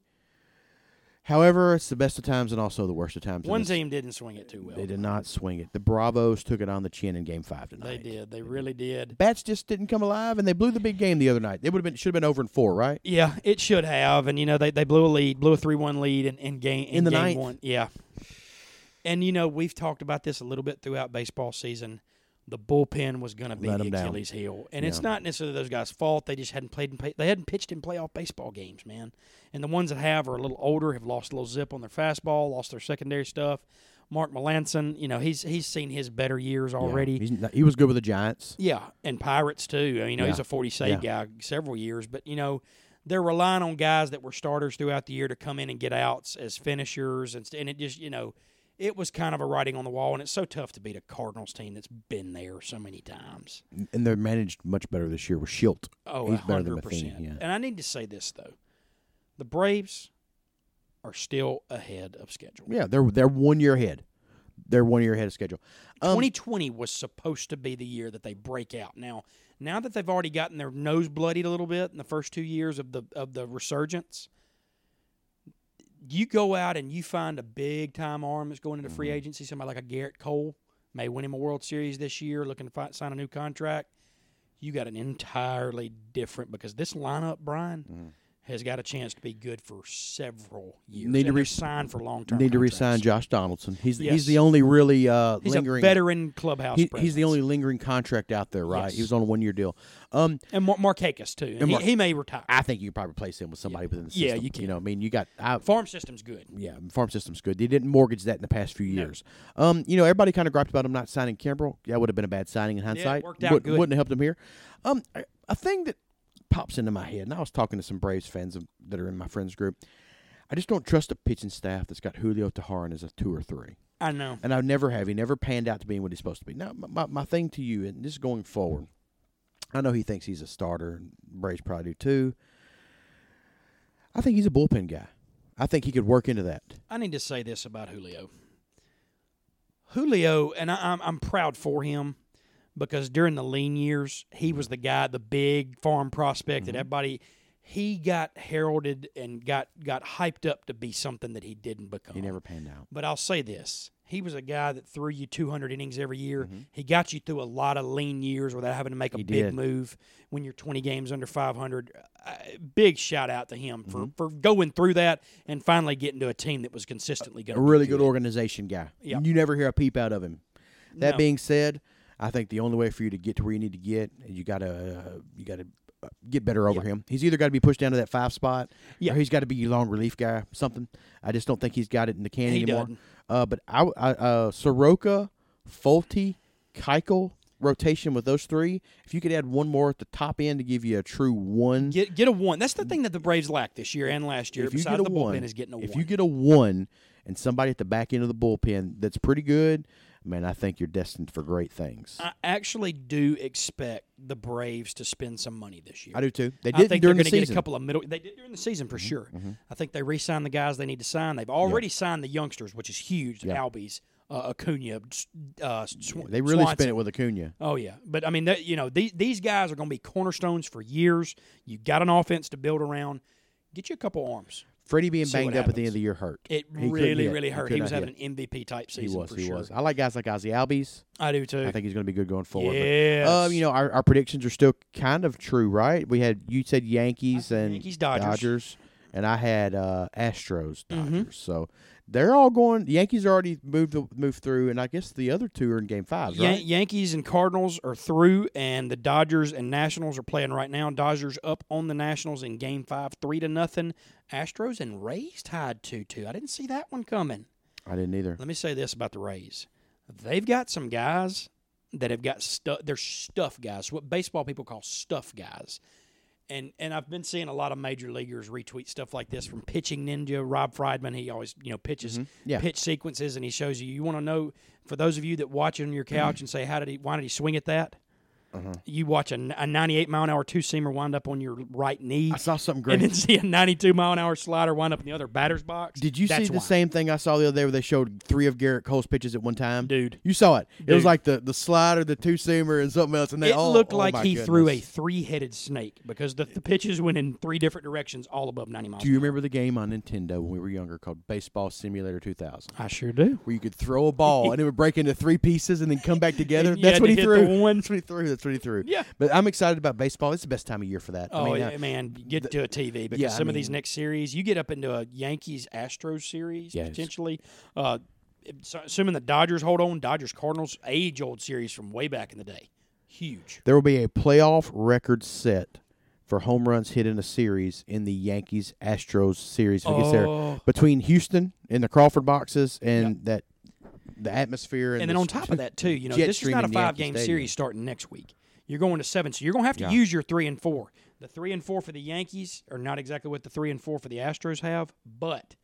However, it's the best of times and also the worst of times. and One it's- team didn't swing it too well. They did not swing it. The Bravos took it on the chin in Game Five They tonight. did. They really did. Bats just didn't come alive, and they blew the big game the other night. They would have been should have been over in four, right? Yeah, it should have. And you know, they, they blew a lead, blew a three one lead in, in game in, In the game ninth. one. Yeah. And you know, we've talked about this a little bit throughout baseball season. The bullpen was going to be Let the 'em down. Achilles heel, and it's Yeah. not necessarily those guys' fault. They just hadn't played. In play, they hadn't pitched in playoff baseball games, man. And the ones that have are a little older, have lost a little zip on their fastball, lost their secondary stuff. Mark Melanson, you know, he's he's seen his better years Yeah. already. He's not- he was good with the Giants. Yeah, and Pirates too. I mean, you know, he's Yeah. a 40 save guy several years, but you know, they're relying on guys that were starters throughout the year to come in and get outs as finishers, and st- and it just you know, it was kind of a writing on the wall, and it's so tough to beat a Cardinals team that's been there so many times. and they're managed much better this year with Schilt. Oh, He's better than 100 percent. Matheny, yeah. And I need to say this though, the Braves are still ahead of schedule. Yeah, they're they're one year ahead. They're one year ahead of schedule. Um, 2020 was supposed to be the year that they break out. Now, now that they've already gotten their nose bloodied a little bit in the first two years of the of the resurgence, you go out and you find a big time arm that's going into Mm-hmm. free agency. Somebody like a Garrett Cole may win him a World Series this year, looking to fight, sign a new contract. You got an entirely different because this lineup, Brian. Has got a chance to be good for several years. Mm-hmm. Need to and they're re- signed for long term. need to resign Josh Donaldson. He's he's the Yes. only really uh, He's lingering. a veteran clubhouse. he- he's the presence. only lingering contract out there, right? He Yes. was on a one year deal. Um, And Mar- Markakis too. And he, Mar- he may retire. I think you could probably replace him with somebody within the system. Yeah, you can. know, I mean, you got I, Farm system's good. yeah, farm system's good. They didn't mortgage that in the past few years. Um, you know, everybody kind of griped about him not signing Kimbrel. That would have been a bad signing in hindsight. worked out Wouldn't- good. Wouldn't have helped him here. Um, a- a thing that pops into my head, and I was talking to some Braves fans of- that are in my friends group. I just don't trust a pitching staff that's got Julio Teheran as a two or three, I know. and I never have. He never panned out to being what he's supposed to be. Now, my, my, my thing to you, and this is going forward. I know he thinks he's a starter. and Braves probably do too. I think he's a bullpen guy. I think he could work into that. I need to say this about Julio. Julio, and I, I'm, I'm proud for him because during the lean years, he was the guy, the big farm prospect that everybody. He got heralded and got got hyped up to be something that he didn't become. He never panned out. But I'll say this. He was a guy that threw you 200 innings every year. He got you through a lot of lean years without having to make a Mm-hmm. He big did. move when you're 20 games under 500. Uh, big shout out to him for, Mm-hmm. for going through that and finally getting to a team that was consistently going a really good organization guy. Yeah. You never hear a peep out of him. That No. being said, I think the only way for you to get to where you need to get, you gotta uh, you gotta get better over him. He's either got to be pushed down to that five spot, Yeah. or he's got to be your long relief guy. Something. I just don't think he's got it in the can He anymore. doesn't. Uh, but I, I uh, Soroka, Fulte, Keichel rotation with those three. If you could add one more at the top end to give you a true one, Get get a one. That's the thing that the Braves lacked this year and last year. if you besides get a the bullpen one, is getting a if one. you get a one and somebody at the back end of the bullpen that's pretty good, man, I think you're destined for great things. I actually do expect the Braves to spend some money this year. I do too. They I did think during they're going to get a the season. Mm-hmm, couple of middle. They did during the season for sure. I think they re-signed the guys they need to sign. They've already signed the youngsters, which is huge. The Albies, uh, Acuna, uh, Sw- they really Swanson. spent it with Acuna. Oh yeah, but I mean, that, you know, these these guys are going to be cornerstones for years. You got an offense to build around. Get you a couple arms. Freddie being See what banged up at the end happens. of the year hurt. It He couldn't really, hit. really He hurt. could He, not was hit. having an MVP type He season was. for He sure. was. I like guys like Ozzy Albies. I do too. I think he's going to be good going forward. Yes. But, um, you know, our, our predictions are still kind of true, right? We had you said Yankees and Yankees, Dodgers. Mm-hmm. and I had uh, Astros, Dodgers. So they're all going. Yankees are already moved moved through, and I guess the other two are in Game Five, Yan- right? Yankees and Cardinals are through, and the Dodgers and Nationals are playing right now. Dodgers up on the Nationals in Game Five, three to nothing. Astros and Rays tied two two. I didn't see that one coming. I didn't either. Let me say this about the Rays: they've got some guys that have got stuff. They're stuff guys, what baseball people call stuff guys. And and I've been seeing a lot of major leaguers retweet stuff like this from pitching ninja Rob Friedman. He always you know pitches Mm-hmm. Yeah. pitch sequences, and he shows you. You want to know for those of you that watch it on Mm-hmm. your couch and say, "How did he? Why did he swing at that?" Uh-huh. You watch a, n- a 98 mile an hour two seamer wind up on your right knee, I saw something and great. then see a 92 mile an hour slider wind up in the other batter's box. Did you That's see the why. same thing I saw the other day where they showed three of Garrett Cole's pitches at one time? Dude. You saw it. It was Dude. like the, the slider, the two seamer, and something else. And they it all, looked oh like my he threw a goodness. three-headed snake because the, the pitches went in three different directions, all above 90 miles. Do you remember the game on Nintendo when we were younger called Baseball Simulator 2000? I sure do. Where you could throw a ball and it would break into three pieces and then come back together. You That's had what to he hit threw. the one. That's what he threw. That's what he threw. Yeah. But I'm excited about baseball. It's the best time of year for that. Oh I mean, uh, yeah, I- man, get to a TV because yeah, I some of these mean- next series, you get up into a Yankees Astros series Yes. potentially. Uh, it's- assuming the Dodgers hold on, Dodgers Cardinals age old series from way back in the day, huge. there will be a playoff record set for home runs hit in a series in the Yankees Astros series. If it gets there Oh. between Houston and the Crawford boxes and that the atmosphere and, And then the on s- top of that too, you know, jet this is stream not a in Yankee five game Stadium. series starting next week. You're going to seven, so you're going to have to Yeah. use your three and four. The three and four for the Yankees are not exactly what the three and four for the Astros have, but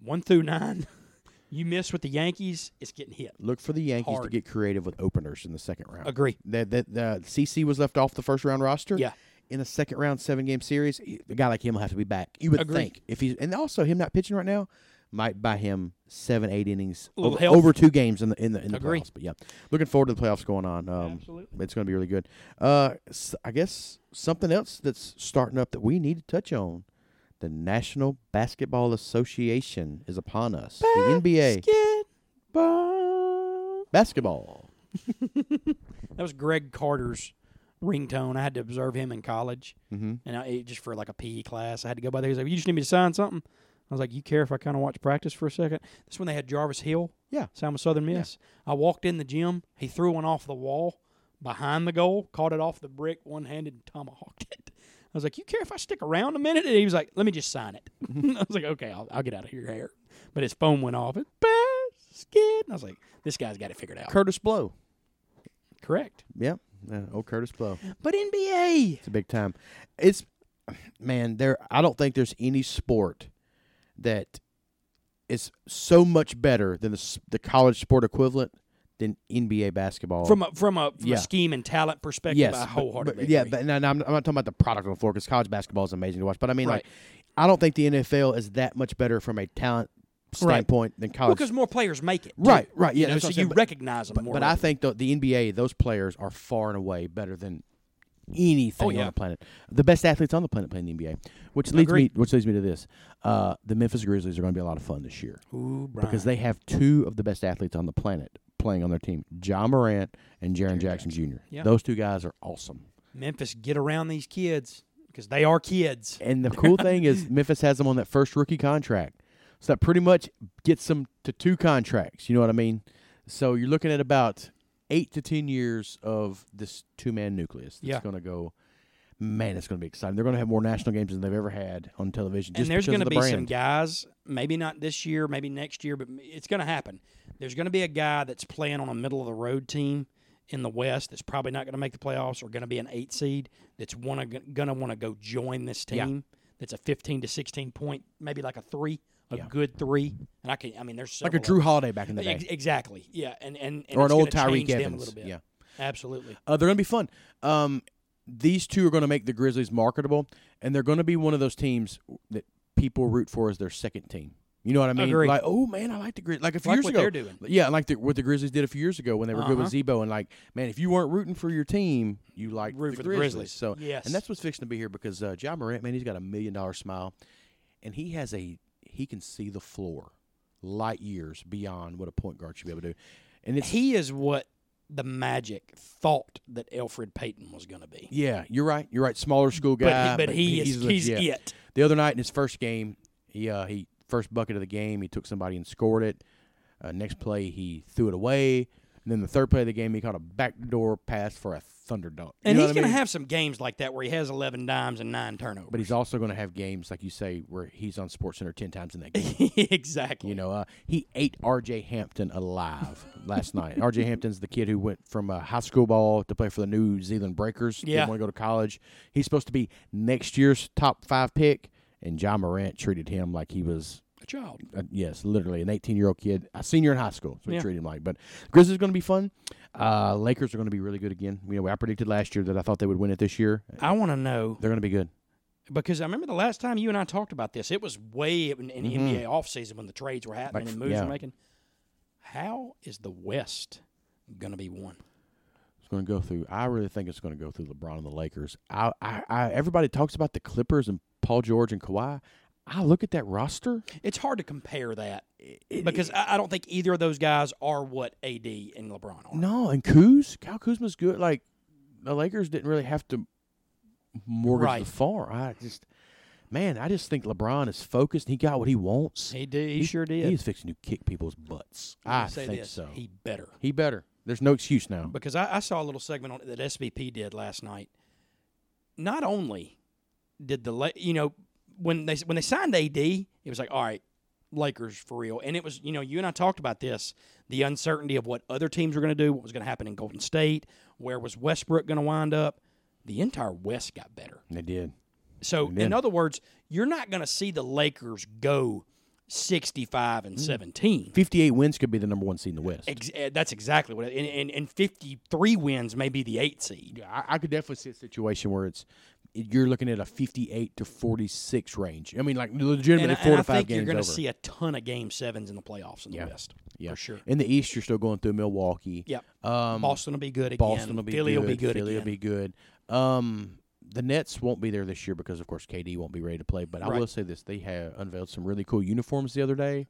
one through nine, you miss with the Yankees, it's getting hit. Look for the Yankees to Hard. get creative with openers in the second round. Agree. That that the CC was left off the first round roster. Yeah. In a second round seven game series, he- a guy like him will have to be back. You would Agree. think if he's and also him not pitching right now might buy him seven eight innings Little over, health. over two games in the in the in the Agree. playoffs. But yeah, looking forward to the playoffs going on. Um, Absolutely. It's going to be really good. Uh, s- I guess something else that's starting up that we need to touch on. The National Basketball Association is upon us. the NBA basketball. That was Greg Carter's ringtone. I had to observe him in college, Mm-hmm. and I it- just for like a PE class, I had to go by there. He's like, "You just need me to sign something." I was like, "You care if I kind of watch practice for a second? That's when they had Jarvis Hill. Yeah. Sama Southern Miss. I walked in the gym. He threw one off the wall behind the goal, caught it off the brick, one handed, and tomahawked it. I was like, "You care if I stick around a minute?" And he was like, "Let me just sign it." Mm-hmm. I was like, "Okay, I'll, I'll get out of your hair." But his phone went off. It basket. And I was like, "This guy's got it figured out." Curtis Blow. Correct. Yep. Yeah, old Curtis Blow. But NBA. It's a big time. It's man, there I don't think there's any sport that is so much better than the, s- the college sport equivalent than NBA basketball. from a from a, from Yeah. a scheme and talent perspective, yes, I but- wholeheartedly but- yeah, agree. but, and I'm, I'm not talking about the product on the floor because college basketball is amazing to watch. But I mean, Right. like, I don't think the NFL is that much better from a talent Right. standpoint than Well, college. because more players make it, too. Right, right, yeah, You know, that's so what I'm you saying, but- recognize them but, more. but I of it. think the, the NBA, those players are far and away better than anything Oh, yeah. on the planet. The best athletes on the planet playing the NBA, which leads Agreed. me, which leads me to this: uh, the Memphis Grizzlies are going to be a lot of fun this year Ooh, Brian. because they have two of the best athletes on the planet playing on their team: John Morant and Jaron Jackson, Jr. Yeah. Those two guys are awesome. Memphis get around these kids because they are kids. And the cool thing is Memphis has them on that first rookie contract. So that pretty much gets them to two contracts. You know what I mean? So you're looking at about eight to ten years of this two man nucleus that's Yeah. gonna go man, it's going to be exciting. They're going to have more national games than they've ever had on television. Just and there's going going to to be brand. some guys, maybe not this year, maybe next year, but it's going to happen. There's going to be a guy that's playing on a middle of the road team in the West that's probably not going to make the playoffs or going to be an eight seed that's going to want to go join this Yeah. team. That's a 15 to 16 point, maybe like a three, a Yeah. good three. And I can, I mean, there's like a several of Drew Holiday back in the them. Ex- day, exactly, yeah, and and, and or it's an old gonna Tyreek change them a Evans. little bit. Yeah, absolutely. uh, they're going to be fun. Um, these two are going to make the Grizzlies marketable, and they're going to be one of those teams that people root for as their second team. You know what I mean? Agree. Like, oh man, I like the Grizzlies. Like a few Like years what ago, they're doing. Yeah, like the, what the Grizzlies did a few years ago when they were good with Uh-huh. Zebo, and like, man, if you weren't rooting for your team, you like Root the for the Grizzlies. Grizzlies. So, Yes. and that's what's fixing to be here because uh, John Morant, man, he's got a million dollar smile, and he has a he can see the floor light years beyond what a point guard should be able to do, and it's He is what the Magic thought that Alfred Payton was going to be. yeah, you're right, you're right, smaller school but, guy, he, but he he's is he's legit. it. The other night in his first game, he uh, he first bucket of the game, he took somebody and scored it. Uh, next play, he threw it away. And then the third play of the game, he caught a backdoor pass for a thunder dunk. You And know he's what I going to mean? have some games like that where he has 11 dimes and nine turnovers. but he's also going to have games like you say where he's on Sports Center ten times in that game. exactly. You know, uh, he ate R.J. Hampton alive last night. R.J. Hampton's the kid who went from uh, high school ball to play for the New Zealand Breakers. Yeah. Didn't want to go to college. He's supposed to be next year's top five pick, and John Morant treated him like he was a child. uh, yes, literally an 18 year old kid, a senior in high school. That's what Yeah. you treat him like. But Grizzlies is going to be fun. Uh, Lakers are going to be really good again. You know, I predicted last year that I thought they would win it this year. I want to know They're going to be good. because I remember the last time you and I talked about this, it was way in, in NBA offseason when the trades were happening Mm-hmm. Like, and moves yeah. were making. How is the West going to be won? It's going to go through. I really think it's going to go through LeBron and the Lakers. I, I, I, everybody talks about the Clippers and Paul George and Kawhi. I look at that roster. It's hard to compare that because I, I don't think either of those guys are what AD and LeBron are. No, and Kuz, Kyle Kuzma's good. Like the Lakers didn't really have to mortgage Right. the farm. I just, man, I just think LeBron is focused. He got what he wants. He did. He He's- sure did. He is fixing to kick people's butts. I'm gonna I say think this, so. He, He better. better. There's no excuse now. because I, I saw a little segment on, that SVP did last night. Not only did the La- you know when they when they signed AD, it was like all right, Lakers for real, and it was you know you and I talked about this the uncertainty of what other teams were going to do, what was going to happen in Golden State, where was Westbrook going to wind up. The entire West got better. They did. So Amen. in other words, you're not going to see the Lakers go 65 Mm. and 17. 58 wins could be the number one seed in the West. Ex- eh, that's exactly what. It, and, and and 53 wins may be the eight seed. Yeah, I, I could definitely see a situation where it's you're looking at a 58 to 46 range. I mean, like legitimately and, I- four and to I five think games you're going over. to see a ton of game sevens in the playoffs in the Yeah. West. yeah. for sure. In the East, you're still going through Milwaukee. Yep. Um, Boston will be good again. Boston will be Philly good. will be good Philly again. will be good. Um, the Nets won't be there this year because, of course, KD won't be ready to play. But I Right. will say this: they have unveiled some really cool uniforms the other day.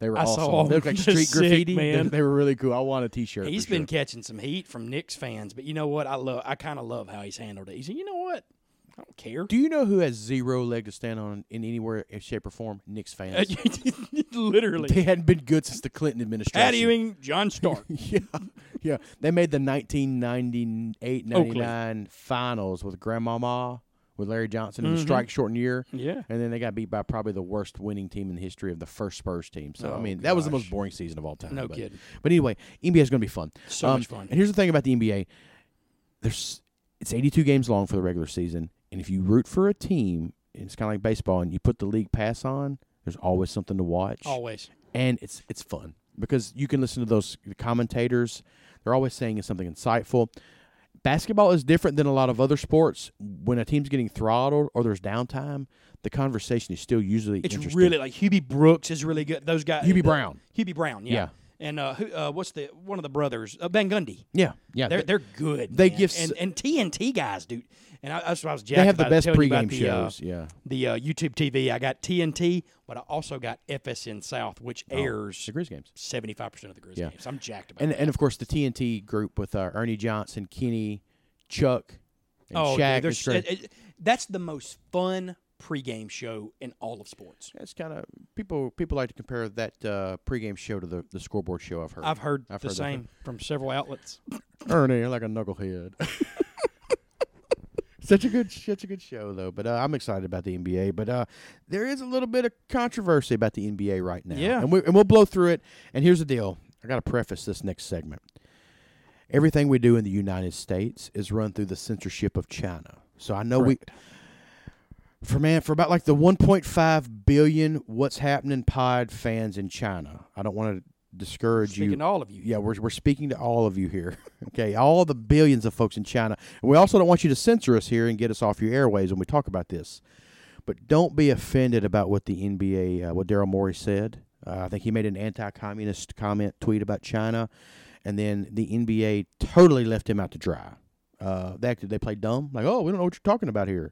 They were I awesome. saw all they looked like of street this sick, graffiti. They- man. They, were really cool. I want a T-shirt. He's for been sure. catching some heat from Knicks fans, but you know what? I love. I kind of love how he's handled it. He said, "You know what? I don't care." Do you know who has zero leg to stand on in anywhere, shape, or form? Knicks Uh, fans. Literally, they hadn't been good since the Clinton administration. Pat Ewing, John Stark. yeah, yeah. They made the 1998-99 finals with Grandmama, with Larry Johnson in the Mm-hmm. strike-shortened year. yeah, And then they got beat by probably the worst winning team in the history of the first Spurs team. So I mean, that was the most boring season of all time. Oh, No but, kidding. But anyway, NBA is going to be fun. So much fun. Um, And here's the thing about the NBA: there's it's 82 games long for the regular season, and if you root for a team, and it's kind of like baseball, and you put the league pass on, there's always something to watch always. and it's it's fun because you can listen to those commentators. They're always saying something insightful. Basketball is different than a lot of other sports. When a team's getting throttled or there's downtime, the conversation is still usually It's interesting. really like Hubie Brooks is really good. Those guys, uh, Hubie Brown. Hubie Brown, yeah. Yeah. And uh, who, uh, what's the one of the brothers? Uh, Van Gundy. yeah, yeah. They're They, they're good. they man. give s- and, and TNT guys, dude. And I, that's what I was. they jacked have the about it, best telling you about pregame the, uh, shows. yeah, the uh, YouTube TV. I got TNT, but I also got FSN South, which airs the Grizz games. seventy five percent of the Grizz Oh. Yeah. games. I'm jacked about. And it. and of course the TNT group with uh, Ernie Johnson, Kenny, Chuck, and Oh, dude, Shaq. there's- is great. it- it- that's the most fun pregame show in all of sports. That's kind of people. People like to compare that uh, pregame show to the, the scoreboard show. I've heard. I've heard I've the heard that. same from several outlets. Ernie, you're like a knucklehead. such a good, such a good show though. But uh, I'm excited about the NBA. But uh, there is a little bit of controversy about the NBA right now. Yeah. and, we, and we'll blow through it. And here's the deal: I got to preface this next segment. Everything we do in the United States is run through the censorship of China. So I know we for man for about like the 1.5 billion what's happening pod fans in china i don't want to discourage Speaking you to all of you. yeah we're, we're speaking to all of you here okay all the billions of folks in china and we also don't want you to censor us here and get us off your airways when we talk about this but don't be offended about what the nba uh, what daryl morey said uh, i think he made an anti-communist comment tweet about china and then the nba totally left him out to dry uh, they acted they played dumb like oh we don't know what you're talking about here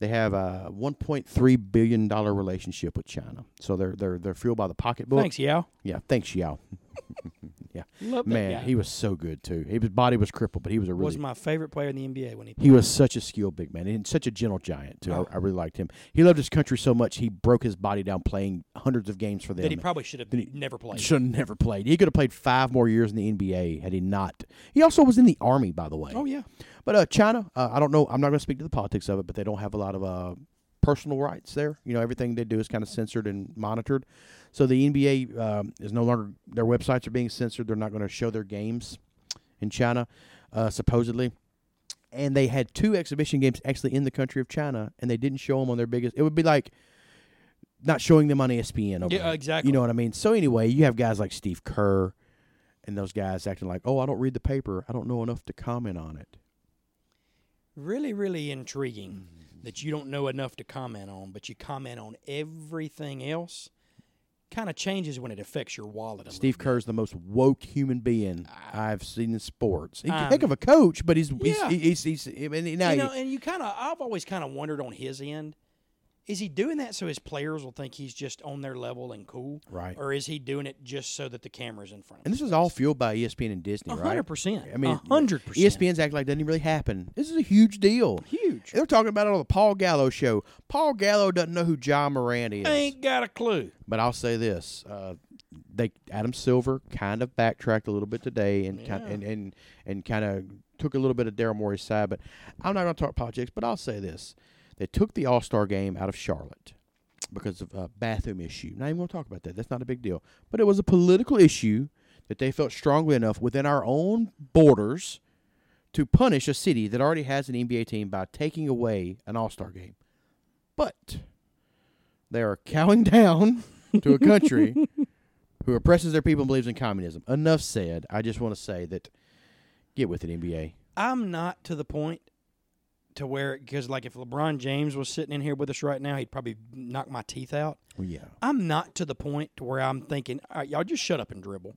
they have a 1.3 billion dollar relationship with China, so they're they're they're fueled by the pocketbook. Thanks, Yao. Yeah, thanks, Yao. Love that Man, guy. he was so good too. His body was crippled, but he was a really was my favorite player in the NBA when he he was such a skilled big man and such a gentle giant too. Oh. I, I really liked him. He loved his country so much he broke his body down playing hundreds of games for them. that he probably should have Then he- never played. should have never played. He could have played five more years in the NBA had he not. He also was in the army, by the way. Oh yeah, But uh, China, uh, I don't know. I'm not going to speak to the politics of it, but they don't have a lot of uh, personal rights there. You know, everything they do is kind of censored and monitored. So the NBA um, is no longer their websites are being censored. They're not going to show their games in China, uh, supposedly. And they had two exhibition games actually in the country of China, and they didn't show them on their biggest. It would be like not showing them on E ESPN. Over Yeah, uh, there. exactly. You know what I mean? So anyway, you have guys like Steve Kerr. And those guys acting like, oh, I don't read the paper. I don't know enough to comment on it. really, really intriguing that you don't know enough to comment on, but you comment on everything else. Kind of changes when it affects your wallet. A Steve Kerr's the most woke human being I've seen in sports. He's a heck I'm- of a coach, but he's he's, Ah. Um, Yeah. he's, he's, I mean, little. now you he- know, and you kind of I've always kind of wondered on his end. Is he doing that so his players will think he's just on their level and cool? Right. Or is he doing it just so that the camera's in front of and him? this is all fueled by E ESPN and Disney, right? 100%. I mean, E 100%. ESPN's act like it doesn't really happen. This is a huge deal. Huge. They're talking about it on the Paul Gallo show. Paul Gallo doesn't know who John Moran is. I ain't got a clue. But I'll say this: uh, they Adam Silver kind of backtracked a little bit today, and kind Yeah. and and and kind of took a little bit of Daryl Morey's side. But I'm not going to talk politics. But I'll say this: they took the All Star game out of Charlotte because of a bathroom issue. Not even going to talk about that. That's not a big deal. But it was a political issue that they felt strongly enough within our own borders to punish a city that already has an NBA team by taking away an All Star game. But they are cowing down to a country who oppresses their people and believes in communism. Enough said. I just want to say that get with it, NBA. I'm not to the point to where because like if LeBron James was sitting in here with us right now, he'd probably knock my teeth out. Well, yeah. I'm not to the point to where I'm thinking, all right, y'all just shut up and dribble.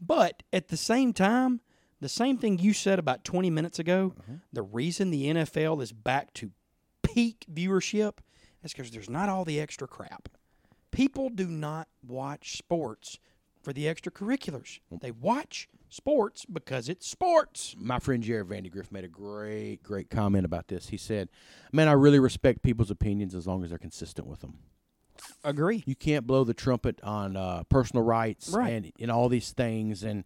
But at the same time, the same thing you said about 20 minutes ago, the reason the NFL is back to peak viewership is because there's not all the extra crap. People do not watch sports for the extracurriculars. They watch sports because it's sports. My friend Jared Vandegrift made a great, great comment about this. He said, Man, I really respect people's opinions as long as they're consistent with them. Agree. You can't blow the trumpet on uh, personal rights Right. and, and all these things and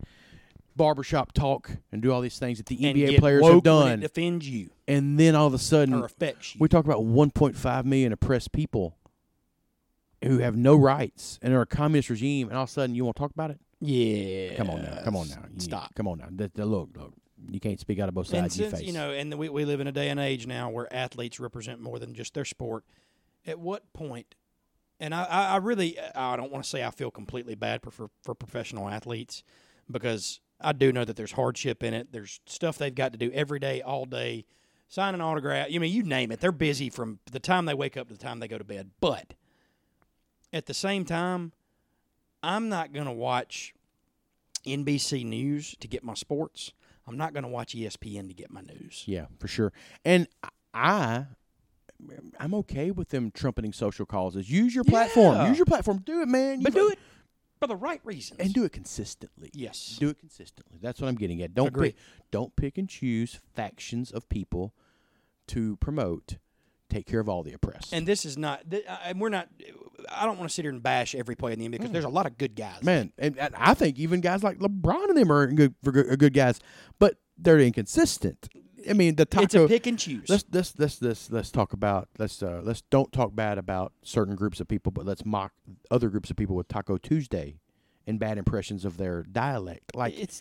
barbershop talk and do all these things that the And NBA get players woke have when done. Mm. it offends you and then all of a sudden, or affects you. We talk about 1.5 million oppressed people who have no rights and are a communist regime, and all of a sudden you won't talk about it. yeah. Come on now, come on now, You- Stop. come on now. Th- th- look, look, you can't speak out of both And sides of your since face. you know, and we, we live in a day and age now where athletes represent more than just their sport. At what point? And I, I, I really, I don't want to say I feel completely bad for, for for professional athletes because I do know that there's hardship in it. There's stuff they've got to do every day, all day, sign an autograph. You mean, you name it. They're busy from the time they wake up to the time they go to bed. But at the same time, I'm not going to watch NBC News to get my sports. I'm not going to watch E ESPN to get my news. yeah, for sure. And I, I'm okay with them trumpeting social causes. Use your platform. Yeah. Use your platform. Do it, man. But You've- do it for the right reasons. and do it consistently. yes. Do it consistently. That's what I'm getting at. Don't Agree. pick, don't pick and choose factions of people to promote. Take care of all the oppressed. and this is not, th- I- and we're not, I don't want to sit here and bash every player in the NBA because there's a lot of good guys. Mm. man, and, and I think even guys like LeBron and them are good, for good, are good guys, but they're inconsistent. I mean, the taco. it's a pick and choose. Let's let's let's let's let's talk about let's uh, let's don't talk bad about certain groups of people, but let's mock other groups of people with Taco Tuesday and bad impressions of their dialect. Like, it's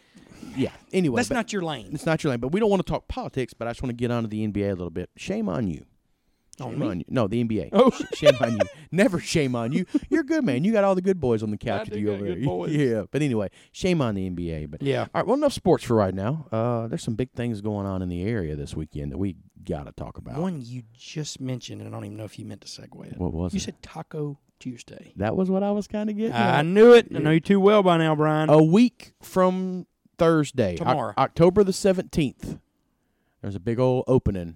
yeah. Anyway, that's but- not your lane. it's not your lane, but we don't want to talk politics. But I just want to get onto the NBA a little bit. Shame on you. On Shame me? on you. No, the NBA. Oh. Sh- shame on you. Never shame on you. You're good, man. You got all the good boys on the couch do with you got over good there. boys. Yeah, but anyway, shame on the NBA. But Yeah. all right. Well, enough sports for right now. Uh, there's some big things going on in the area this weekend that we got to talk about. One you just mentioned, and I don't even know if you meant to segue it. what was you it? said Taco Tuesday. that was what I was kind of getting. I at. knew it. I know you too well by now, Brian. a week from Thursday, Oc- Tomorrow. October the seventeenth. There's a big old opening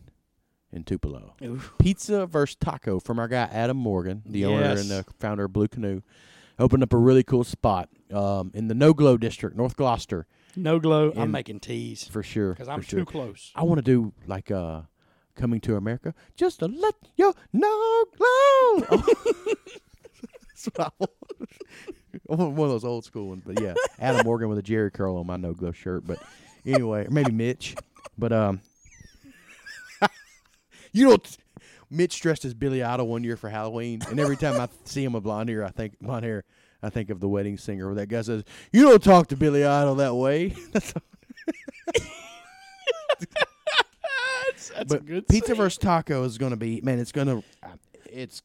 in Tupelo. Oof. pizza versus taco from our guy Adam Morgan, the owner Yes. and the founder of Blue Canoe. Opened up a really cool spot um, in the No Glow district, North Gloucester, No glow. I'm And- making teas for sure. because I'm for sure. too close. I want to do like uh, coming to America, just to let you know. Glow. That's what I want. I want one of those old school ones, but yeah, Adam Morgan with a Jerry curl on my No Glow shirt. But anyway, or maybe Mitch. But um, you don't. Mitch dressed as Billy Idol one year for Halloween, and every time I see him with blonde hair, I think blonde hair. I think of the wedding singer where that guy says, "You don't talk to Billy Idol that way." That's That's, that's but pizza versus taco is going to be man it's going to it's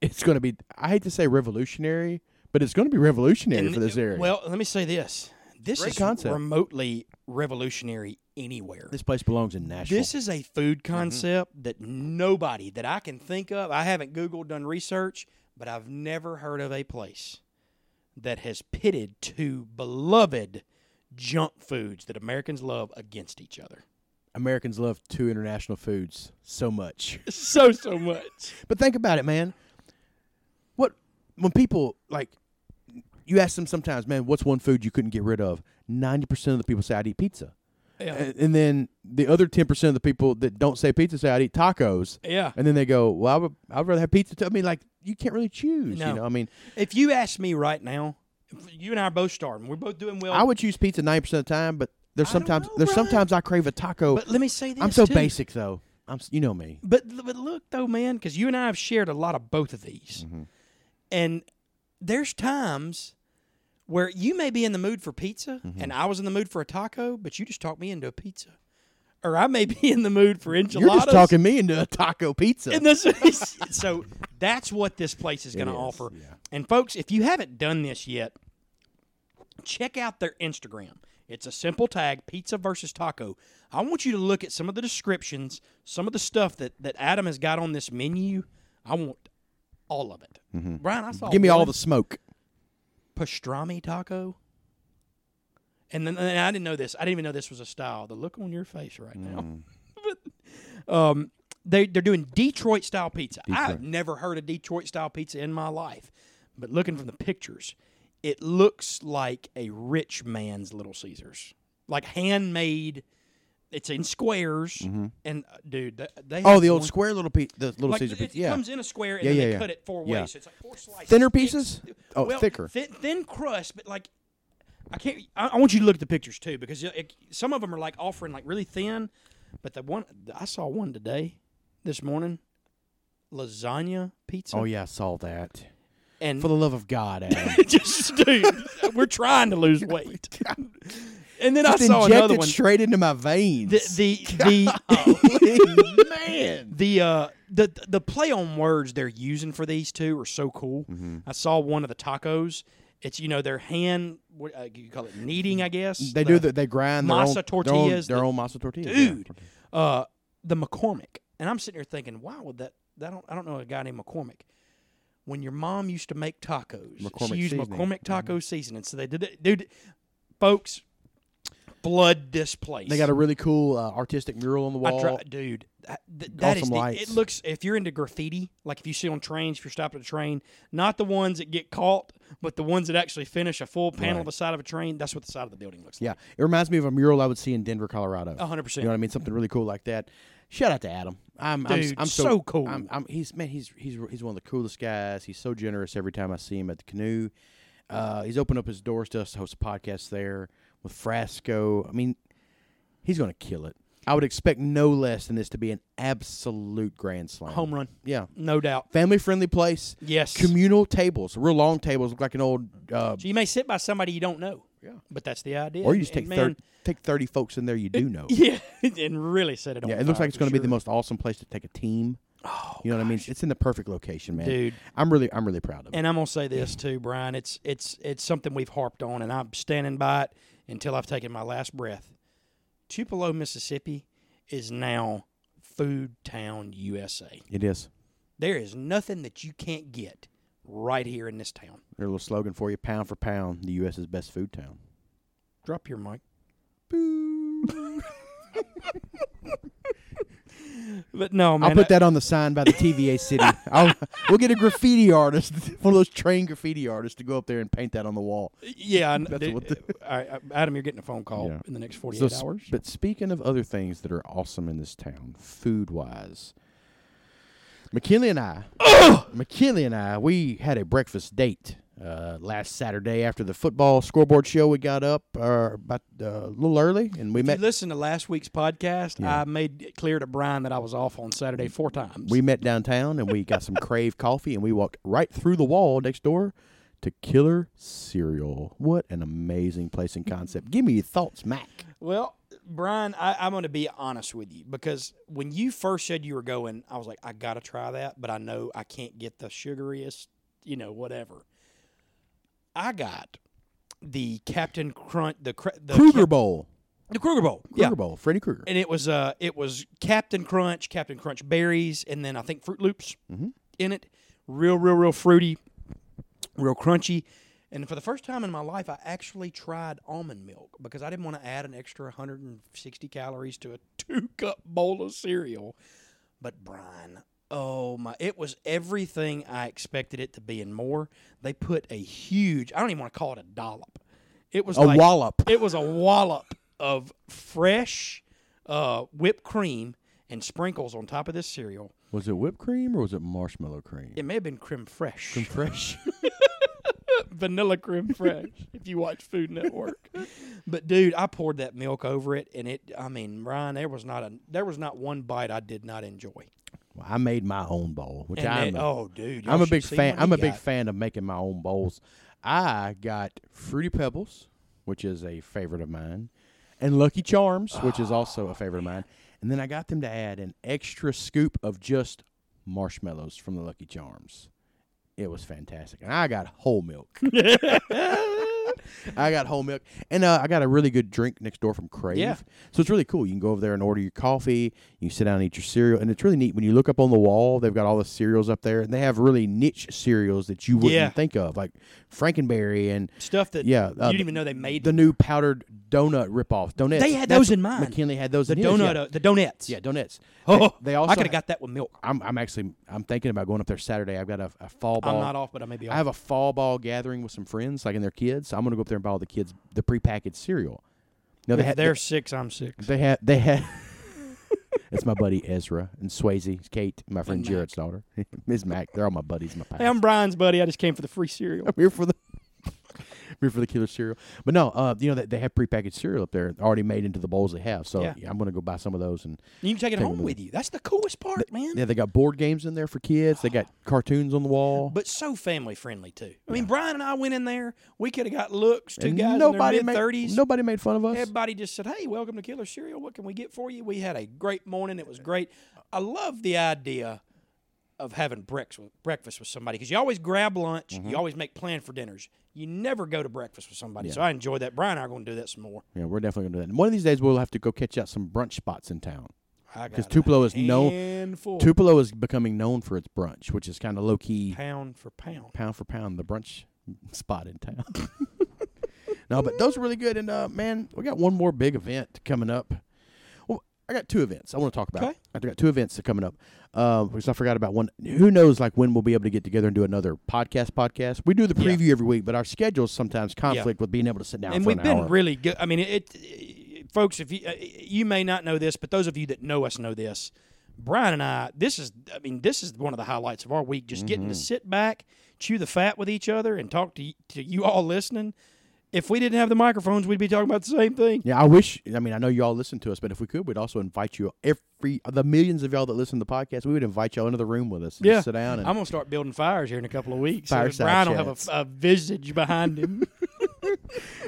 it's going to be i hate to say revolutionary but it's going to be revolutionary for this area Well, let me say this. This Great is concept. remotely revolutionary anywhere. this place belongs in nashville This is a food concept that nobody that I can think of, I haven't Googled, done research, but I've never heard of a place that has pitted two beloved junk foods that Americans love against each other. americans love two international foods so much So, so much. but think about it man what when people like you ask them sometimes man what's one food you couldn't get rid of 90% of the people say i'd eat pizza Yeah. and, and then the other 10% of the people that don't say pizza say i'd eat tacos Yeah. And then they go, "Well, I would, I'd rather have pizza." Too. I mean, like you can't really choose. You No. know, I mean, If you ask me right now, if you and I are both starting. We're both doing well. I would choose pizza ninety percent of the time, but there's I don't sometimes know, there's Brian. sometimes I crave a taco. but let me say this. I'm so too. basic though. I'm s- you know me. But but look though, man, because you and I have shared a lot of both of these, Mm-hmm. and there's times where you may be in the mood for pizza, Mm-hmm. and I was in the mood for a taco, but you just talked me into a pizza, or I may be in the mood for enchiladas. You're just talking me into a taco pizza. And this is- so that's what this place is going to is, offer. yeah. And folks, if you haven't done this yet, check out their Instagram. It's a simple tag, pizza versus taco. I want you to look at some of the descriptions, some of the stuff that, that Adam has got on this menu. I want all of it. Brian, I saw Give me all one the smoke. pastrami taco. And then and I didn't know this. I didn't even know this was a style. The look on your face right Mm. now. but um, they they're doing Detroit style pizza. I've never heard of Detroit style pizza in my life. But looking from the pictures, it looks like a rich man's Little Caesars, like handmade. It's in squares, and uh, dude, th- they Mm-hmm. Oh, have the old one- square little pi- the little like, Caesar it pizza. Yeah, comes in a square and Yeah, then yeah, they yeah. cut it four Yeah. ways. So it's like four slices. thinner Thick- pieces. Oh, well, thicker. Thin, thin crust, but like I can't. I, I want you to look at the pictures too because it, it- some of them are like offering like really thin, but the one I saw one today, this morning, lasagna pizza. oh yeah, I saw that. and For the love of God, Adam. just dude, we're trying to lose weieit. And then I Just saw inject another it one. straight into my veins. The the the man. the uh the the play on words they're using for these two are so cool. Mm-hmm. I saw one of the tacos. It's you know their hand. What uh, you call it? Kneading, I guess. They do that. They grind their masa own, tortillas, Their the- own, their own masa tortillas. yeah. dude. Uh, the McCormick, and I'm sitting here thinking, why would that? I don't. I don't know a guy named McCormick. When your mom used to make tacos, McCormick she used seasoning. Mm-hmm. McCormick taco seasoning. So they did it, dude. Folks, blood this place. They got a really cool uh, artistic mural on the I wall. dri- dude. that- th- that is some the, lights. it looks if you're into graffiti, like if you see on trains, if you're stopped at a train, not the ones that get caught, but the ones that actually finish a full panel of the side of a train. That's what the side of the building looks like. Yeah, it reminds me of a mural I would see in Denver, Colorado. A hundred You know percent. what I mean? Something really cool like that. Shout out to Adam. I'm I'm, Dude, I'm so cool. I'm, I'm, he's man. He's he's he's one of the coolest guys. He's so generous every time I see him at the canoe. Uh, he's opened up his doors to us to host a podcast there with Frasco. I mean, he's gonna kill it. I would expect no less than this to be an absolute grand slam. Home run, Yeah. no doubt. Family friendly place. Yes. Communal tables, real long tables, look like an old. Uh, so you may sit by somebody you don't know. Yeah. But that's the idea. or you just And take man- thirty, take thirty folks in there you do know. Yeah, and really set it on. Yeah, it looks fire like it's for going to be the sure. most awesome place to take a team. Oh, You know what I mean? It's in the perfect location, man. dude. I'm really, I'm really proud of it. And I'm gonna say this too, Brian. It's it's it's something we've harped on, and I'm standing by it until I've taken my last breath. Tupelo, Mississippi, is now Food Town USA. It is. There is nothing that you can't get right here in this town. Their little slogan for you: pound for pound, the U.S. is best food town. Drop your mic. But no, man. I'll put I- that on the sign by the TVA city. I'll, we'll get a graffiti artist, one of those trained graffiti artists, to go up there and paint that on the wall. yeah, That's dude, what the- all right, Adam, you're getting a phone call Yeah. in the next 48 So, s- hours. But speaking of other things that are awesome in this town, food wise, McKinley and I, McKinley and I, we had a breakfast date uh, last Saturday after the football scoreboard show. We got up uh, about uh, a little early, and we If met. you listen to last week's podcast, Yeah. I made it clear to Brian that I was off on Saturday four times. We met downtown, and we got some crave coffee, and we walked right through the wall next door. To Killer Cereal. What an amazing place and concept. Give me your thoughts, Mac. well, Brian, I, I'm going to be honest with you because when you first said you were going, I was like, I got to try that, but I know I can't get the sugariest, you know, whatever. I got the Captain Crunch, the cr- the Kruger Cap- Bowl. the Kruger Bowl, Kruger yeah, Bowl. Freddy Krueger. and it was uh, it was Captain Crunch, Captain Crunch berries, and then I think Fruit Loops in it. Real, real, real fruity, real crunchy. And for the first time in my life, I actually tried almond milk because I didn't want to add an extra 160 calories to a two cup bowl of cereal. But Brian, oh my, it was everything I expected it to be and more. They put a huge, I don't even want to call it a dollop. It was A like, wallop. it was a wallop of fresh uh, whipped cream and sprinkles on top of this cereal. Was it whipped cream or was it marshmallow cream? It may have been creme fraiche, fresh. vanilla creme fraiche, if you watch Food Network. But dude, I poured that milk over it, and it—I mean, Ryan, there was not a there was not one bite I did not enjoy. well, I made my own bowl, which And I'm that- a, oh, dude, y'all I'm a should big see fan. what I'm he a big got. fan of making my own bowls. I got fruity pebbles, which is a favorite of mine, and Lucky Charms, which is also Oh, a favorite of mine. And then I got them to add an extra scoop of just marshmallows from the Lucky Charms. It was fantastic, and I got whole milk. I got whole milk, and uh, I got a really good drink next door from Crave. Yeah. So it's really cool. You can go over there and order your coffee. You sit down and eat your cereal, and it's really neat when you look up on the wall. They've got all the cereals up there, and they have really niche cereals that you wouldn't Yeah. think of, like Frankenberry and stuff that yeah, uh, you didn't even know they made. the new powdered donut ripoff. Donuts. They had That's those what in mind. McKinley had those. the in his, donut, Yeah, uh, the donuts. yeah donuts. oh, they, they also. I could have ha- got that with milk. I'm, I'm actually I'm thinking about going up there Saturday. I've got a, a fall ball. I'm not off, but I may be off. I have a fall ball gathering with some friends, like and their kids. So I'm gonna go up there and buy all the kids the prepackaged cereal. No, they If had they're six, I'm six. they had they had. That's my buddy Ezra and Swayze, Kate, my friend Mac. Jared's daughter, Ms. Mac. They're all my buddies, my pals. Hey, I'm Brian's buddy. I just came for the free cereal. I'm here for the I'm here for the killer cereal. But no, uh, you know that they have prepackaged cereal up there already made into the bowls they have. So Yeah. yeah, I'm gonna go buy some of those and You can take it Take home them with you. That's the coolest part, man. yeah, they got board games in there for kids. They got cartoons on the wall. But so family friendly too. I mean, Brian and I went in there. We could have got looks. Two And guys nobody in their mid made thirties. nobody made fun of us. Everybody just said, "Hey, welcome to Killer Cereal. What can we get for you?" We had a great morning. It was great. I love the idea of having brex- breakfast with somebody because you always grab lunch. Mm-hmm. You always make plan for dinners. You never go to breakfast with somebody. So I enjoy that. Brian and I are going to do that some more. Yeah, we're definitely gonna do that. And one of these days we'll have to go catch out some brunch spots in town. I Because got a Tupelo is known handful, Tupelo is becoming known for its brunch, which is kind of low key pound for pound. pound for pound the brunch spot in town. no, but those are really good. And uh, man, we got one more big event coming up. Well, I got two events I want to talk about. Okay. I got two events that coming up. Um, because I forgot about one. Who knows, like when we'll be able to get together and do another podcast? Podcast. We do the Yeah. preview every week, but our schedules sometimes conflict with being able to sit down. and for we've an been hour. really good. I mean, it, it- folks. If you uh, you may not know this, but those of you that know us know this. Brian and I, this is, I mean, this is one of the highlights of our Mm-hmm. week. Just getting to sit back, chew the fat with each other, and talk to y- to you all listening. If we didn't have the microphones, we'd be talking about the same thing. Yeah, I wish. I mean, I know you all listen to us, but if we could, we'd also invite you every the millions of y'all that listen to the podcast. We would invite y'all into the room with us. and Yeah. sit down and I'm gonna start building fires here in a couple of weeks. so that Fireside Brian will have chats. a, a visage behind him.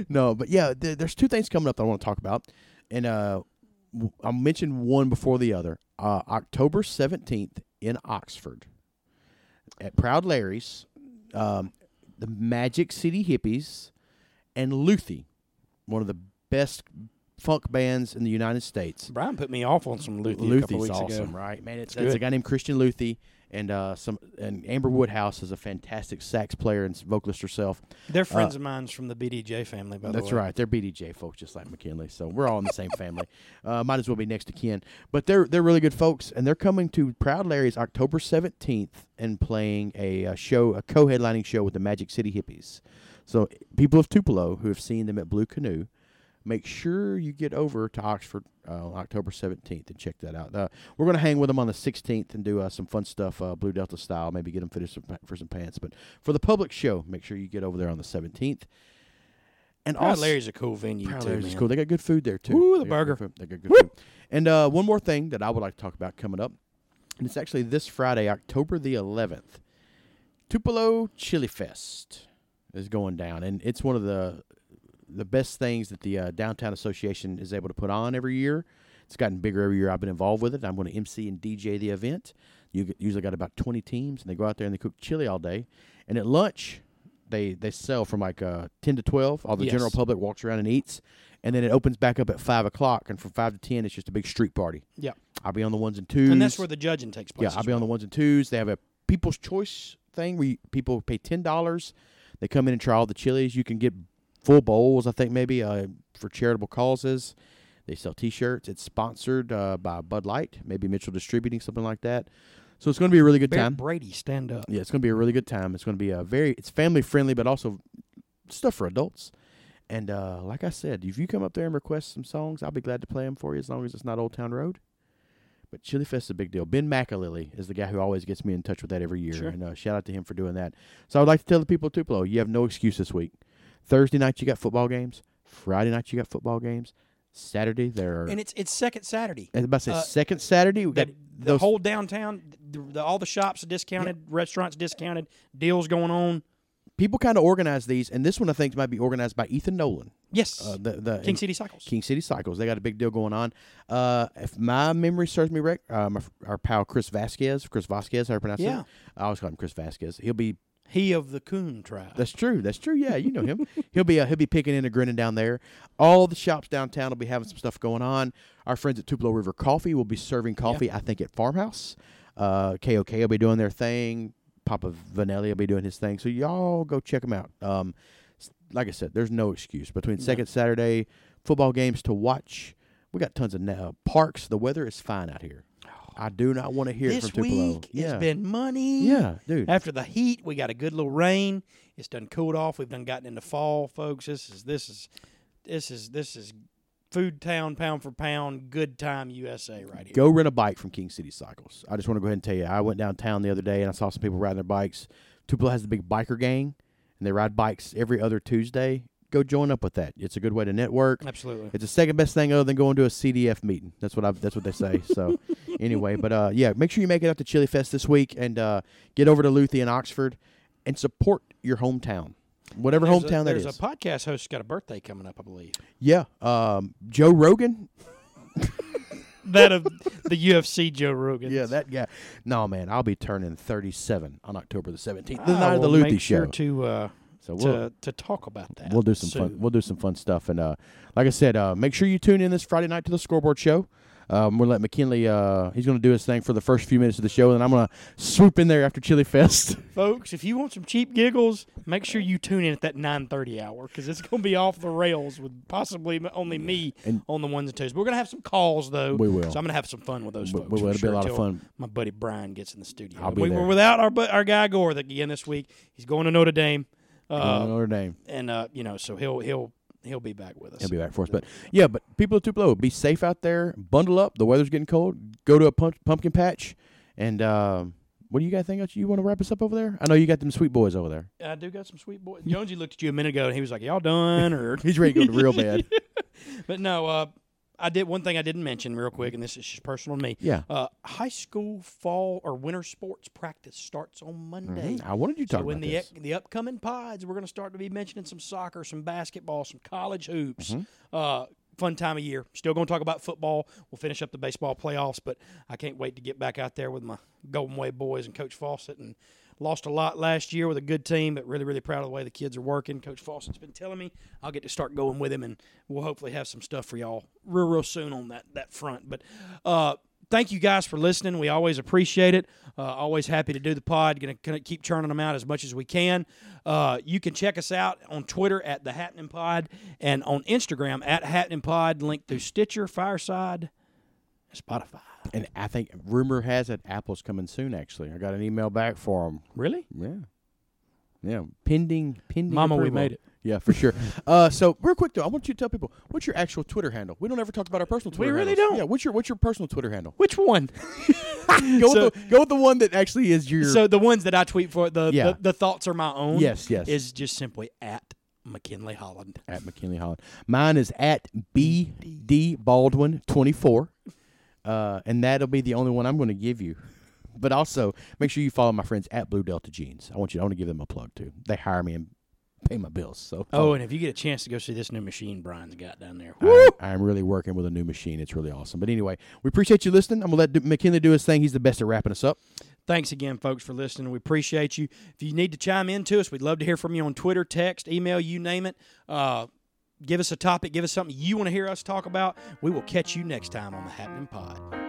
no, but yeah, there, there's two things coming up that I want to talk about, and uh, w- I mentioned one before the other. Uh, October 17th in Oxford at Proud Larry's, um, the Magic City Hippies, and Luthi, one of the best funk bands in the United States. Brian put me off on some Luthi a couple of Luthi's weeks awesome, ago. right? Man, it's, It's it's a good. guy named Christian Luthi, and uh, some and Amber Woodhouse is a fantastic sax player and vocalist herself. They're friends of mine's from the BDJ family, by Uh, That's the way. right. They're BDJ folks, just like McKinley. So we're all in the same family. Uh, might as well be next to kin. But they're they're really good folks, and they're coming to Proud Larry's October seventeenth and playing a, uh show, a co-headlining show with the Magic City Hippies. So people of Tupelo who have seen them at Blue Canoe, make sure you get over to Oxford uh, on October seventeenth and check that out. Uh, we're gonna hang with them on the sixteenth and do uh, some fun stuff, uh, Blue Delta style. Maybe get them fitted some, pa- for some pants. But for the public show, make sure you get over there on the seventeenth. And Proud also, Larry's a cool venue Proud too, Larry's is man. cool. They got good food there too. Ooh, the They got good burger. food. They got good food. And uh, one more thing that I would like to talk about coming up, and it's actually this Friday, October the 11th. Tupelo Chili Fest is going down, and it's one of the the best things that the uh, Downtown Association is able to put on every year. It's gotten bigger every year. I've been involved with it. I'm going to MC and DJ the event. You get- usually got about 20 teams, and they go out there and they cook chili all day. And at lunch, they they sell from like uh, 10 to 12. All the Yes. general public walks around and eats, and then it opens back up at five o'clock. And from five to 10, it's just a big street party. Yeah. I'll be on the ones and twos. And that's where the judging takes place. Yeah, I'll as be on the ones and twos. They have a people's choice thing where you, people pay ten dollars. They come in and try all the chilies. You can get full bowls, I think maybe uh, for charitable causes. They sell T-shirts. It's sponsored uh, by Bud Light, maybe Mitchell Distributing, something like that. So it's going to be a really good well. Bear time. Brady, stand up. Yeah, it's going to be a really good time. It's going to be a very it's family friendly, but also stuff for adults. And uh, like I said, if you come up there and request some songs, I'll be glad to play them for you as long as it's not Old Town Road. But Chili Fest is a big deal. Ben McAlilly is the guy who always gets me in touch with that every year, Sure. and uh, shout out to him for doing that. So I would like to tell the people of Tupelo, you have no excuse this week. Thursday night you got football games. Friday night you got football games. Saturday there are. And it's it's second Saturday. I was about to say uh, second Saturday we got That the those whole downtown, the, the, all the shops are discounted, restaurants discounted, deals going on. people kind of organize these, and this one I think might be organized by Ethan Nolan. Yes, Uh, the the King City Cycles. King City Cycles. They got a big deal going on. Uh, if my memory serves me right, um, our pal Chris Vasquez, Chris Vasquez, how do I pronounce Yeah. it? I always call him Chris Vasquez. He'll be. He of the Coon tribe. That's true. That's true. Yeah, you know him. he'll be. Uh, he'll be picking in and grinning down there. All the shops downtown will be having some stuff going on. Our friends at Tupelo River Coffee will be serving coffee. I think at Farmhouse. Uh, KOK will be doing their thing. Papa Vanelli will be doing his thing. So y'all go check them out. Um, s- like I said, there's no excuse between second Saturday football games to watch. We got tons of na- uh, parks. The weather is fine out here. I do not want to hear Oh. this it from Tupelo. week yeah, it's been money. yeah, dude. After the heat, we got a good little rain. It's done cooled off. We've done gotten into fall, folks. This is this is this is this is food town pound for pound good time USA right here. Go rent a bike from King City Cycles. I just want to go ahead and tell you, I went downtown the other day and I saw some people riding their bikes. Tupelo has the big biker gang, and they ride bikes every other Tuesday. Go join up with that. It's a good way to network. Absolutely. It's the second best thing other than going to a CDF meeting. That's what I. That's what they say. So, anyway, but uh, yeah, make sure you make it out to Chili Fest this week and uh, get over to Luthi and Oxford and support your hometown, whatever There's a- hometown that there's is. a podcast host's got a birthday coming up, I believe. yeah, um, Joe Rogan. That of the UFC Joe Rogan. Yeah, that guy. No, man, I'll be turning 37 on October the 17th, I the night of the will Luthi make show. Sure to uh, so to, we'll to talk about that. we'll do some fun. soon. We'll do some fun stuff. And uh, like I said, uh, make sure you tune in this Friday night to the scoreboard show. Um, we'll let McKinley. Uh, he's going to do his thing for the first few minutes of the show, and I'm going to swoop in there after Chili Fest. folks. If you want some cheap giggles, make sure you tune in at that 9:30 hour because it's going to be off the rails with possibly m- only me And- on the ones and twos. But we're going to have some calls though. We will. So I'm going to have some fun with those We- folks. we will. I'm It'll be a lot of till fun. My buddy Brian gets in the studio. I'll be we, there. We're without our bu- our guy Gore again this week. He's going to Notre Dame, uh, Notre Dame. and uh, you know, so he'll he'll he'll be back with us. He'll be back for us. But yeah, but people of Tupelo, be safe out there. Bundle up. The weather's getting cold. Go to a pump, pumpkin patch, and uh, What do you got? Think else you want to wrap us up over there? I know you got them sweet boys over there. I do got some sweet boys. Jonesy looked at you a minute ago and he was like, "Y'all done?" Or He's ready to go to real bad. but no, uh, I did one thing I didn't mention real quick, and this is just personal to me. Yeah. Uh, high school fall or winter sports practice starts on Monday. Mm-hmm. I wanted you to talk So in about the this. ec- the upcoming pods, we're going to start to be mentioning some soccer, some basketball, some college hoops. Mm-hmm. Uh, fun time of year. Still going to talk about football. We'll finish up the baseball playoffs, but I can't wait to get back out there with my Golden Way boys and Coach Fawcett. And lost a lot last year with a good team, but really, really proud of the way the kids are working. Coach Fawcett's been telling me I'll get to start going with him, and we'll hopefully have some stuff for y'all real, real soon on that that front. But uh, thank you guys for listening. We always appreciate it. Uh, always happy to do the pod. Going to keep churning them out as much as we can. Uh, you can check us out on Twitter at the Happening Pod and on Instagram at Happening Pod. Link through Stitcher, Fireside, and Spotify. And I think rumor has it Apple's coming soon. Actually, I got an email back for them. Really? Yeah. Yeah. Pending, pending. Mama, we approval. made it. Yeah, for sure. uh, so real quick though, I want you to tell people what's your actual Twitter handle. We don't ever talk about our personal Twitter. really handles. don't. Yeah. What's your What's your personal Twitter handle? Which one? Go So- with the Go with the one that actually is your. so the ones that I tweet for the Yeah. the, the thoughts are my own. Yes, yes. Is just simply at McKinley Holland. at McKinley Holland. Mine is at BD Baldwin 24. Uh, and that'll be the only one I'm going to give you. But also, make sure you follow my friends at Blue Delta Jeans. I want you. I want to give them a plug too. They hire me and pay my bills. So Oh, and if you get a chance to go see this new machine Brian's got down there, I, I'm really working with a new machine. It's really awesome. But anyway, we appreciate you listening. I'm gonna let D- McKinley do his thing. He's the best at wrapping us up. Thanks again, folks, for listening. We appreciate you. If you need to chime in to us, we'd love to hear from you on Twitter, text, email, you name it. Uh, give us a topic, give us something you want to hear us talk about. We will catch you next time on the Happening Pod.